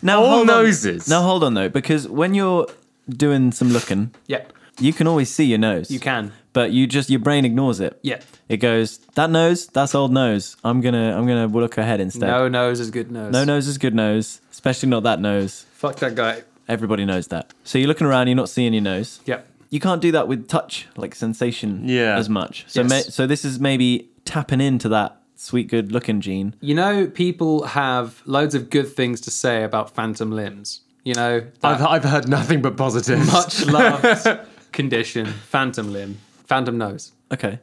[SPEAKER 2] Now
[SPEAKER 4] All
[SPEAKER 2] hold on.
[SPEAKER 4] noses.
[SPEAKER 2] Now hold on though, because when you're doing some looking,
[SPEAKER 3] Yep.
[SPEAKER 2] you can always see your nose.
[SPEAKER 3] You can.
[SPEAKER 2] but you just your brain ignores it.
[SPEAKER 3] Yeah.
[SPEAKER 2] It goes that nose, that's old nose. I'm gonna I'm gonna look ahead instead.
[SPEAKER 3] No nose is good nose.
[SPEAKER 2] no nose is good nose, especially not that nose.
[SPEAKER 3] Fuck that guy.
[SPEAKER 2] Everybody knows that. So you're looking around, you're not seeing your nose.
[SPEAKER 3] Yep.
[SPEAKER 2] You can't do that with touch, like sensation,
[SPEAKER 4] Yeah.
[SPEAKER 2] as much. So
[SPEAKER 3] Yes.
[SPEAKER 2] ma- so this is maybe tapping into that sweet good looking gene.
[SPEAKER 3] You know, people have loads of good things to say about phantom limbs. You know,
[SPEAKER 4] I've,
[SPEAKER 3] that
[SPEAKER 4] I've heard nothing but positives.
[SPEAKER 3] [LAUGHS] much loved condition, phantom limb, phantom nose.
[SPEAKER 2] Okay.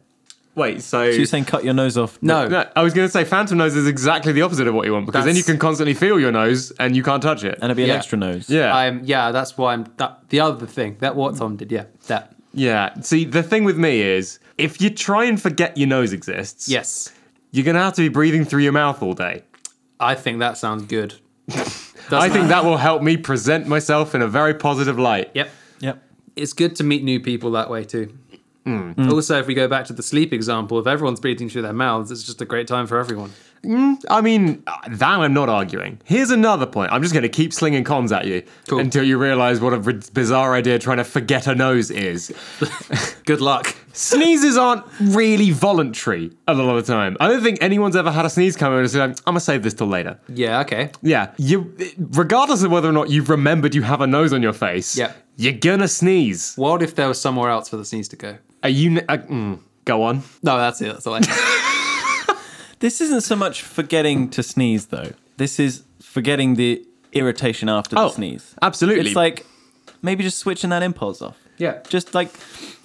[SPEAKER 4] Wait,
[SPEAKER 2] So you're saying cut your nose off?
[SPEAKER 3] No.
[SPEAKER 4] No, I was going to say phantom nose is exactly the opposite of what you want because then you
[SPEAKER 3] That's-
[SPEAKER 4] can constantly feel your nose and you can't touch it.
[SPEAKER 2] And it'd be an
[SPEAKER 3] Yeah.
[SPEAKER 2] extra nose.
[SPEAKER 4] yeah,
[SPEAKER 3] I'm, yeah, that's why I'm. That, the other thing, that what Tom did, yeah, that.
[SPEAKER 4] yeah. See, the thing with me is if you try and forget your nose exists,
[SPEAKER 3] Yes.
[SPEAKER 4] you're going to have to be breathing through your mouth all day.
[SPEAKER 3] I think that sounds good.
[SPEAKER 4] I think that will help me present myself in a very positive light.
[SPEAKER 3] Yep.
[SPEAKER 2] Yep.
[SPEAKER 3] It's good to meet new people that way too. Hmm. Also, if we go back to the sleep example, if everyone's breathing through their mouths, it's just a great time for everyone.
[SPEAKER 4] I mean, uh, that I'm not arguing. Here's another point. I'm just going to keep slinging cons at you
[SPEAKER 3] Cool.
[SPEAKER 4] until you realize what a b- bizarre idea trying to forget a nose is.
[SPEAKER 3] Good luck.
[SPEAKER 4] Sneezes aren't really voluntary a lot of the time. I don't think anyone's ever had a sneeze come in and said, I'm going to save this till later.
[SPEAKER 3] Yeah, okay.
[SPEAKER 4] Yeah, you. Regardless of whether or not you've remembered you have a nose on your face,
[SPEAKER 3] Yeah.
[SPEAKER 4] you're gonna sneeze.
[SPEAKER 3] What if there was somewhere else for the sneeze to go?
[SPEAKER 4] Are you? n- Uh, mm, go on.
[SPEAKER 3] No, that's it. That's all I
[SPEAKER 2] This isn't so much forgetting to sneeze though. This is forgetting the irritation after
[SPEAKER 4] Oh,
[SPEAKER 2] the sneeze.
[SPEAKER 4] absolutely.
[SPEAKER 2] It's like maybe just switching that impulse off.
[SPEAKER 3] Yeah.
[SPEAKER 2] Just like,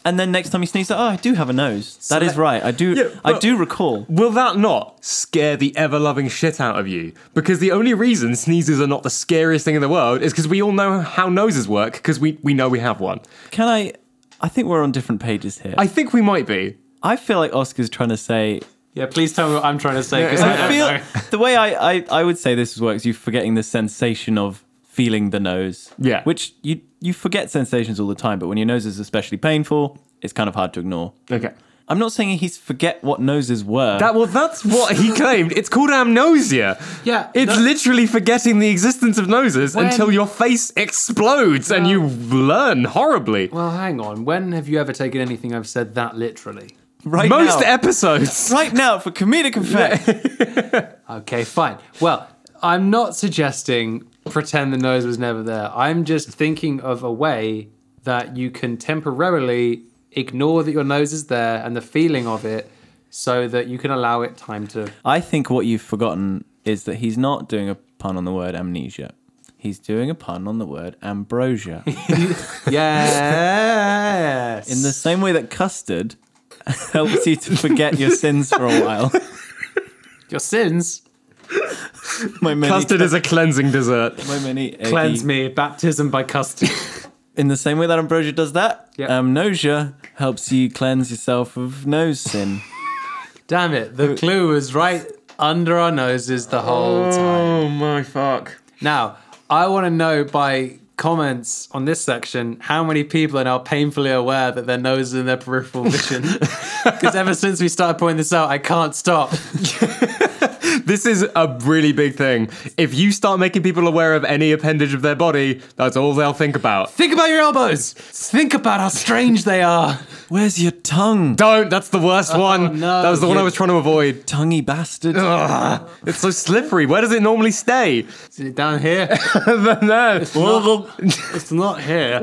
[SPEAKER 2] and then next time you sneeze, oh, I do have a nose. that is
[SPEAKER 3] that-
[SPEAKER 2] right. I do.
[SPEAKER 4] Yeah,
[SPEAKER 2] I
[SPEAKER 4] but-
[SPEAKER 2] do recall.
[SPEAKER 4] Will that not scare the ever loving shit out of you? Because the only reason sneezes are not the scariest thing in the world is because we all know how noses work because we, we know we have one.
[SPEAKER 2] Can I? I think we're on different pages here.
[SPEAKER 4] I think we might be.
[SPEAKER 2] I feel like Oscar's trying to say.
[SPEAKER 3] [LAUGHS] Yeah, please tell me what I'm trying to say. 'cause
[SPEAKER 4] Yeah,
[SPEAKER 3] I
[SPEAKER 4] yeah.
[SPEAKER 3] don't
[SPEAKER 2] Feel,
[SPEAKER 3] know.
[SPEAKER 2] the way I, I, I would say this works, you forgetting the sensation of feeling the nose.
[SPEAKER 4] Yeah.
[SPEAKER 2] Which you you forget sensations all the time, but when your nose is especially painful, it's kind of hard to ignore.
[SPEAKER 4] Okay.
[SPEAKER 2] I'm not saying he's forget what noses were.
[SPEAKER 4] That well, that's what
[SPEAKER 3] [LAUGHS]
[SPEAKER 4] he claimed. It's called amnesia.
[SPEAKER 3] Yeah,
[SPEAKER 4] It's
[SPEAKER 3] no-
[SPEAKER 4] literally forgetting the existence of noses until your face explodes and you learn horribly.
[SPEAKER 3] Well, hang on. When have you ever taken anything I've said that literally?
[SPEAKER 2] right
[SPEAKER 4] Most
[SPEAKER 2] now,
[SPEAKER 4] episodes.
[SPEAKER 2] right now for
[SPEAKER 4] [LAUGHS]
[SPEAKER 2] comedic effect.
[SPEAKER 3] Okay, fine. Well, I'm not suggesting pretend the nose was never there. I'm just thinking of a way that you can temporarily ignore that your nose is there and the feeling of it so that you can allow it time
[SPEAKER 2] [LAUGHS]
[SPEAKER 3] to.
[SPEAKER 2] I think what you've forgotten is that he's not doing a pun on the word amnesia. He's doing a pun on the word ambrosia.
[SPEAKER 3] Yes.
[SPEAKER 2] In the same way that custard [LAUGHS] helps you to forget your sins for a while. [LAUGHS]
[SPEAKER 3] your sins.
[SPEAKER 2] My many,
[SPEAKER 4] Custard is a cleansing dessert.
[SPEAKER 2] my many eggy- [LAUGHS]
[SPEAKER 3] Cleanse me. Baptism by custard.
[SPEAKER 2] In the same way that ambrosia does that,
[SPEAKER 3] Yep.
[SPEAKER 2] amnosia helps you cleanse yourself of nose sin.
[SPEAKER 3] Damn it, the clue was right under our noses the whole time.
[SPEAKER 4] Oh my fuck.
[SPEAKER 3] Now, I want to know by comments on this section how many people are now painfully aware that their nose is in their peripheral [LAUGHS] vision. Because ever since we started pointing this out, I can't stop.
[SPEAKER 4] This is a really big thing. If you start making people aware of any appendage of their body, that's all they'll think about.
[SPEAKER 3] Think about your elbows. Think about how strange they are.
[SPEAKER 2] Where's your tongue,
[SPEAKER 4] Don't. That's the worst one.
[SPEAKER 3] Oh, no.
[SPEAKER 4] that was the one I was trying to avoid.
[SPEAKER 2] tonguey bastard?
[SPEAKER 4] Ugh, it's so slippery. Where does it normally stay? [LAUGHS]
[SPEAKER 3] Is it down here?
[SPEAKER 4] no.
[SPEAKER 3] It's not [LAUGHS] here.
[SPEAKER 4] [LAUGHS]
[SPEAKER 3] It's not here.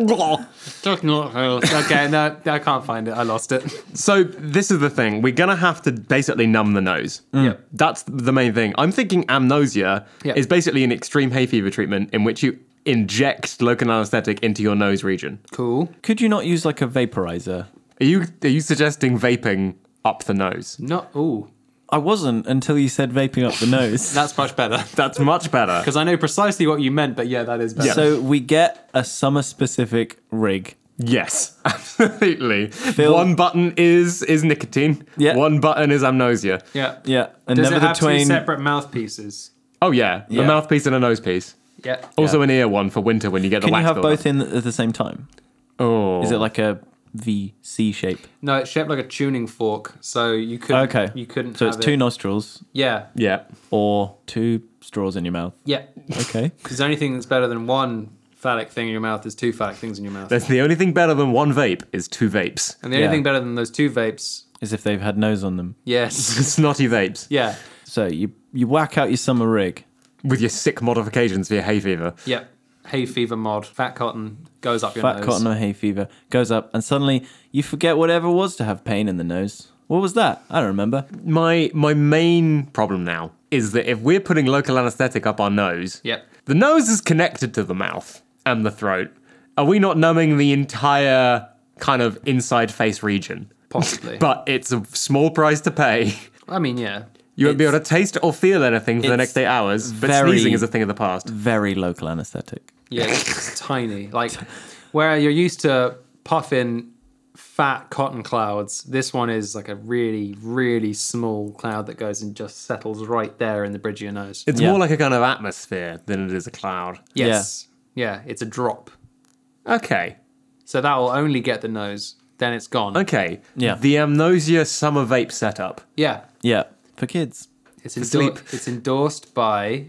[SPEAKER 3] Okay, no, I can't find it. I lost it.
[SPEAKER 4] So this is the thing. We're gonna have to basically numb the nose.
[SPEAKER 2] Mm.
[SPEAKER 4] That's the main thing. I'm thinking amnosia
[SPEAKER 3] Yeah.
[SPEAKER 4] is basically an extreme hay fever treatment in which you inject local anesthetic into your nose region.
[SPEAKER 3] Cool.
[SPEAKER 2] Could you not use like a vaporizer?
[SPEAKER 4] Are you are you suggesting vaping up the nose?
[SPEAKER 3] Not. Ooh,
[SPEAKER 2] I wasn't until you said vaping up the
[SPEAKER 3] [LAUGHS]
[SPEAKER 2] nose.
[SPEAKER 3] that's much better.
[SPEAKER 4] That's much better.
[SPEAKER 3] Because I know precisely what you meant, but yeah, that is better.
[SPEAKER 2] So we get a summer specific rig.
[SPEAKER 4] Yes, [LAUGHS] absolutely.
[SPEAKER 2] Phil-
[SPEAKER 4] One button is is nicotine.
[SPEAKER 2] Yeah.
[SPEAKER 4] One button is amnosia.
[SPEAKER 3] yeah.
[SPEAKER 2] Yeah. And
[SPEAKER 3] Does
[SPEAKER 2] never
[SPEAKER 3] it
[SPEAKER 2] the
[SPEAKER 3] have two
[SPEAKER 2] twain.
[SPEAKER 3] separate mouthpieces?
[SPEAKER 4] Oh yeah,
[SPEAKER 2] Yeah.
[SPEAKER 4] a mouthpiece and a nosepiece.
[SPEAKER 3] Yeah.
[SPEAKER 4] Also an ear one for winter when you get the
[SPEAKER 2] Can you
[SPEAKER 4] wax
[SPEAKER 2] have
[SPEAKER 4] buildup.
[SPEAKER 2] both in at the same time?
[SPEAKER 4] Oh,
[SPEAKER 2] Is it like a VC shape?
[SPEAKER 3] No, it's shaped like a tuning fork, so you could.
[SPEAKER 2] Okay.
[SPEAKER 3] You couldn't.
[SPEAKER 2] So it's
[SPEAKER 3] have
[SPEAKER 2] two
[SPEAKER 3] it.
[SPEAKER 2] nostrils
[SPEAKER 3] Yeah.
[SPEAKER 4] yeah.
[SPEAKER 2] or two straws in your mouth.
[SPEAKER 3] Yeah.
[SPEAKER 2] Okay.
[SPEAKER 3] Because the only thing that's better than one phallic thing in your mouth is two phallic things in your mouth.
[SPEAKER 4] That's the only thing better than one vape is two vapes.
[SPEAKER 3] and the only
[SPEAKER 2] yeah.
[SPEAKER 3] thing better than those two vapes,
[SPEAKER 2] As if they've had nose on them. [LAUGHS]
[SPEAKER 3] yes.
[SPEAKER 4] [LAUGHS] Snotty vapes
[SPEAKER 3] yeah.
[SPEAKER 2] So you you whack out your summer rig.
[SPEAKER 4] with your sick modifications for your hay fever.
[SPEAKER 3] Yeah. Hay fever mod, fat cotton goes up your
[SPEAKER 2] Fat
[SPEAKER 3] nose.
[SPEAKER 2] cotton or hay fever goes up, and suddenly you forget whatever was to have pain in the nose. What was that? I don't remember.
[SPEAKER 4] My my main problem now is that if we're putting local anesthetic up our nose,
[SPEAKER 3] Yep.
[SPEAKER 4] the nose is connected to the mouth and the throat. Are we not numbing the entire kind of inside face region?
[SPEAKER 2] [LAUGHS]
[SPEAKER 3] Possibly.
[SPEAKER 4] But it's a small price to pay. [LAUGHS]
[SPEAKER 3] I mean, yeah.
[SPEAKER 4] You won't be able to taste or feel anything for the
[SPEAKER 2] it's
[SPEAKER 4] next eight hours. But
[SPEAKER 2] very-
[SPEAKER 4] sneezing is a thing of the past.
[SPEAKER 2] Very local anesthetic. [LAUGHS]
[SPEAKER 3] Yeah, it's tiny. Like where you're used to puffing fat cotton clouds, this one is like a really, really small cloud that goes and just settles right there in the bridge of your nose.
[SPEAKER 4] It's
[SPEAKER 2] Yeah.
[SPEAKER 4] more like a kind of atmosphere than it is a cloud.
[SPEAKER 3] yes. Yeah. it's a drop.
[SPEAKER 4] Okay.
[SPEAKER 3] So that will only get the nose, then it's gone.
[SPEAKER 4] Okay.
[SPEAKER 2] Yeah.
[SPEAKER 4] The amnosia summer vape setup.
[SPEAKER 3] Yeah.
[SPEAKER 2] Yeah. For kids.
[SPEAKER 3] It's endor-
[SPEAKER 4] sleep.
[SPEAKER 3] it's endorsed by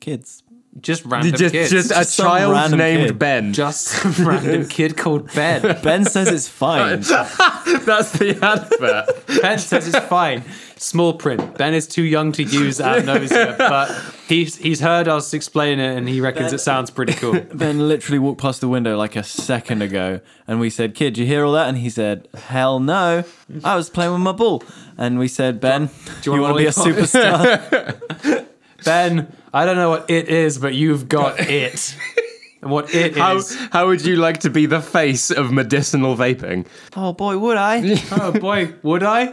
[SPEAKER 2] Kids.
[SPEAKER 3] just random
[SPEAKER 4] just,
[SPEAKER 3] kids.
[SPEAKER 4] just
[SPEAKER 2] Just
[SPEAKER 4] a
[SPEAKER 2] some
[SPEAKER 4] child
[SPEAKER 2] random
[SPEAKER 4] named
[SPEAKER 2] kid.
[SPEAKER 3] [LAUGHS]
[SPEAKER 4] Ben.
[SPEAKER 3] Just some [LAUGHS] random kid called Ben.
[SPEAKER 2] Ben says [LAUGHS] it's fine.
[SPEAKER 4] [LAUGHS] That's the advert.
[SPEAKER 3] Ben says it's fine. Small print. Ben is too young to use amnosia, but he's he's heard us explain it and he reckons it sounds pretty [LAUGHS] cool.
[SPEAKER 2] Ben literally walked past the window like a second ago, and we said, "Kid, you hear all that?" And he said, "Hell no, I was playing with my ball." And we said, "Ben,
[SPEAKER 3] do
[SPEAKER 2] you,
[SPEAKER 3] you
[SPEAKER 2] want
[SPEAKER 3] want
[SPEAKER 2] to be a
[SPEAKER 3] a lollipop?"
[SPEAKER 2] [LAUGHS] superstar?"
[SPEAKER 3] Ben, I don't know what it is, but you've [LAUGHS] got it. And what it is?
[SPEAKER 4] How, how would you like to be the face of medicinal vaping?
[SPEAKER 2] oh boy, would I?
[SPEAKER 3] Oh boy, would I?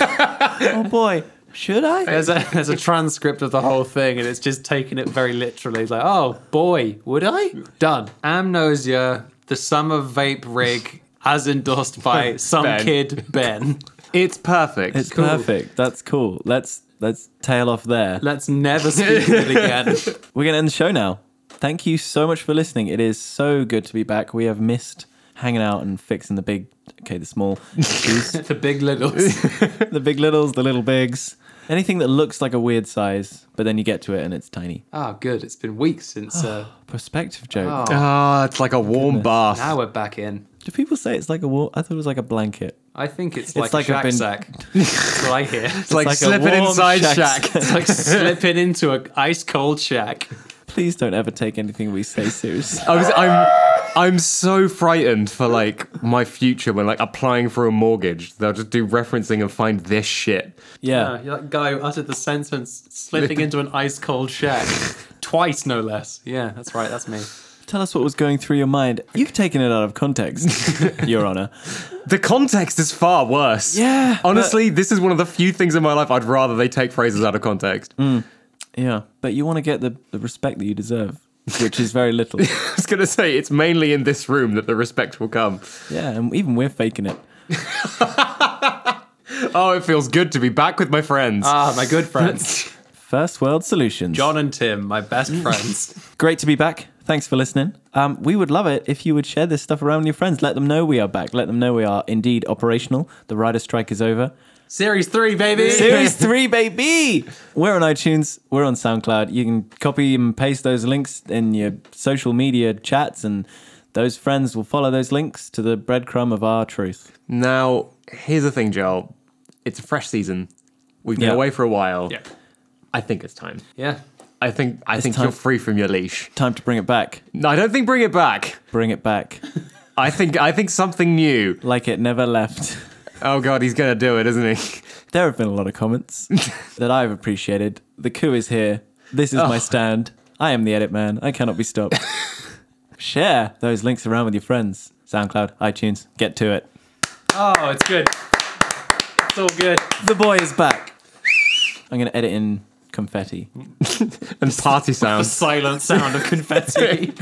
[SPEAKER 2] Oh boy, should I?
[SPEAKER 3] There's a there's a transcript of the whole thing, and it's just taking it very literally. It's like, oh boy, would I? Done. Amnosia, the summer vape rig, as endorsed by some
[SPEAKER 4] Ben.
[SPEAKER 3] kid Ben.
[SPEAKER 4] It's perfect.
[SPEAKER 2] It's perfect. That's cool. Let's let's tail off there.
[SPEAKER 3] Let's never speak of it again.
[SPEAKER 2] We're gonna end the show now. Thank you so much for listening. It is so good to be back. We have missed hanging out and fixing the big, okay, the small issues.
[SPEAKER 3] [LAUGHS] the big littles.
[SPEAKER 2] the big littles, the little bigs, anything that looks like a weird size, but then you get to it and it's tiny.
[SPEAKER 3] Oh, good. It's been weeks since. Uh,
[SPEAKER 2] Perspective joke.
[SPEAKER 3] oh,
[SPEAKER 4] Ah, it's like a warm bath.
[SPEAKER 3] now we're back in.
[SPEAKER 2] Do people say it's like a wall? I thought it was like a blanket.
[SPEAKER 3] I think it's like,
[SPEAKER 2] like
[SPEAKER 3] a
[SPEAKER 2] I've
[SPEAKER 3] shack
[SPEAKER 2] been-
[SPEAKER 3] sack. That's what I hear.
[SPEAKER 4] it's like,
[SPEAKER 2] like a
[SPEAKER 4] slipping
[SPEAKER 2] warm
[SPEAKER 4] inside
[SPEAKER 2] shack. [LAUGHS]
[SPEAKER 4] shack.
[SPEAKER 3] It's like slipping into an ice cold shack.
[SPEAKER 2] Please don't ever take anything we say
[SPEAKER 4] [LAUGHS]
[SPEAKER 2] seriously.
[SPEAKER 4] I was, I'm, I'm so frightened for like my future when like applying for a mortgage. They'll just do referencing and find this shit.
[SPEAKER 2] Yeah.
[SPEAKER 3] Uh, that guy who uttered the sentence [LAUGHS] slipping into an ice cold [LAUGHS] shack. Twice, no less. Yeah, that's right. That's me.
[SPEAKER 2] Tell us what was going through your mind. You've taken it out of context, Your Honor.
[SPEAKER 4] The context is far worse.
[SPEAKER 2] Yeah,
[SPEAKER 4] Honestly, this is one of the few things in my life I'd rather they take phrases out of context.
[SPEAKER 2] Yeah. But you want to get the, the respect that you deserve. which is very little.
[SPEAKER 4] I was going to say, it's mainly in this room that the respect will come.
[SPEAKER 2] yeah, and even we're faking it.
[SPEAKER 4] Oh, it feels good to be back with my
[SPEAKER 3] [LAUGHS]
[SPEAKER 4] friends.
[SPEAKER 3] Ah, my good friends.
[SPEAKER 2] First world solutions.
[SPEAKER 3] [LAUGHS] John and Tim, my [LAUGHS] best friends.
[SPEAKER 2] Great to be back. Thanks for listening. Um, we would love it if you would share this stuff around with your friends. Let them know we are back. Let them know we are indeed operational. The rider strike is over.
[SPEAKER 3] Series three,
[SPEAKER 2] [LAUGHS]
[SPEAKER 3] baby. [LAUGHS]
[SPEAKER 2] Series three, baby. We're on iTunes. We're on SoundCloud. You can copy and paste those links in your social media chats, and those friends will follow those links to the breadcrumb of our truth.
[SPEAKER 4] Now, here's the thing, Joel. It's a fresh season. We've been
[SPEAKER 2] Yeah.
[SPEAKER 4] away for a while.
[SPEAKER 3] Yeah.
[SPEAKER 4] I think it's time.
[SPEAKER 3] Yeah.
[SPEAKER 4] I think I think
[SPEAKER 2] time.
[SPEAKER 4] you're free from your leash.
[SPEAKER 2] Time to bring it back.
[SPEAKER 4] No, I don't think bring it back.
[SPEAKER 2] Bring it back
[SPEAKER 4] I think I think something new.
[SPEAKER 2] like it never left. [LAUGHS]
[SPEAKER 4] Oh god, he's gonna do it, isn't he? [LAUGHS]
[SPEAKER 2] There have been a lot of comments that I've appreciated. The coup is here. This is my stand. I am the edit man. I cannot be stopped. Share those links around with your friends. SoundCloud, iTunes, get to it.
[SPEAKER 3] Oh, it's good. It's all good.
[SPEAKER 2] The boy is back. I'm going to edit in confetti.
[SPEAKER 4] And
[SPEAKER 3] [LAUGHS]
[SPEAKER 4] party
[SPEAKER 3] The
[SPEAKER 4] sounds.
[SPEAKER 3] silent sound [LAUGHS] of confetti.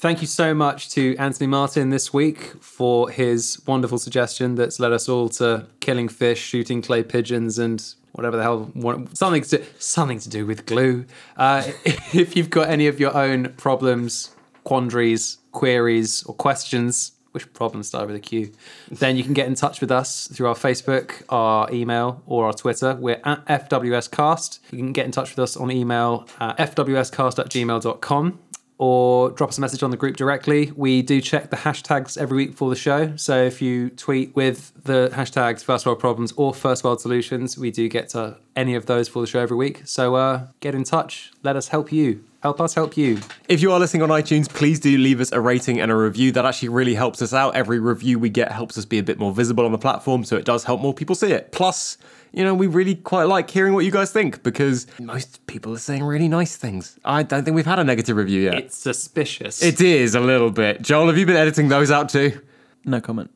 [SPEAKER 3] Thank you so much to Anthony Martin this week for his wonderful suggestion that's led us all to killing fish, shooting clay pigeons, and whatever the hell one- something to something to do with glue. Uh, [LAUGHS] if you've got any of your own problems, quandaries, queries, or questions. Which problems start with a Q? Then you can get in touch with us through our Facebook, our email, or our Twitter. We're at FWScast. You can get in touch with us on email at FWScast at gmail.com or drop us a message on the group directly. We do check the hashtags every week for the show. So if you tweet with the hashtags First World Problems or First World Solutions, we do get to any of those for the show every week. So uh, get in touch. Let us help you. Help us help you.
[SPEAKER 4] If you are listening on iTunes, please do leave us a rating and a review. That actually really helps us out. Every review we get helps us be a bit more visible on the platform, so it does help more people see it. Plus, you know, we really quite like hearing what you guys think because most people are saying really nice things. I don't think we've had a negative review yet.
[SPEAKER 3] It's suspicious.
[SPEAKER 4] It is a little bit. Joel, have you been editing those out too?
[SPEAKER 2] [LAUGHS] No comment.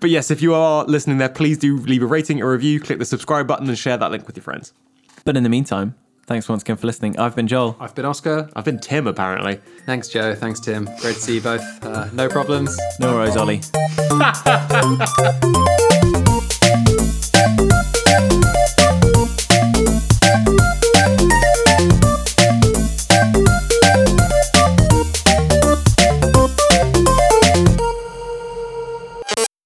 [SPEAKER 4] But yes, if you are listening there, please do leave a rating, a review, click the subscribe button, and share that link with your friends.
[SPEAKER 2] But in the meantime, thanks once again for listening. I've been Joel.
[SPEAKER 3] I've been Oscar.
[SPEAKER 4] I've been Tim, apparently.
[SPEAKER 3] Thanks, Joe. Thanks, Tim. Great to see you both. Uh, no problems.
[SPEAKER 2] No worries, Ollie.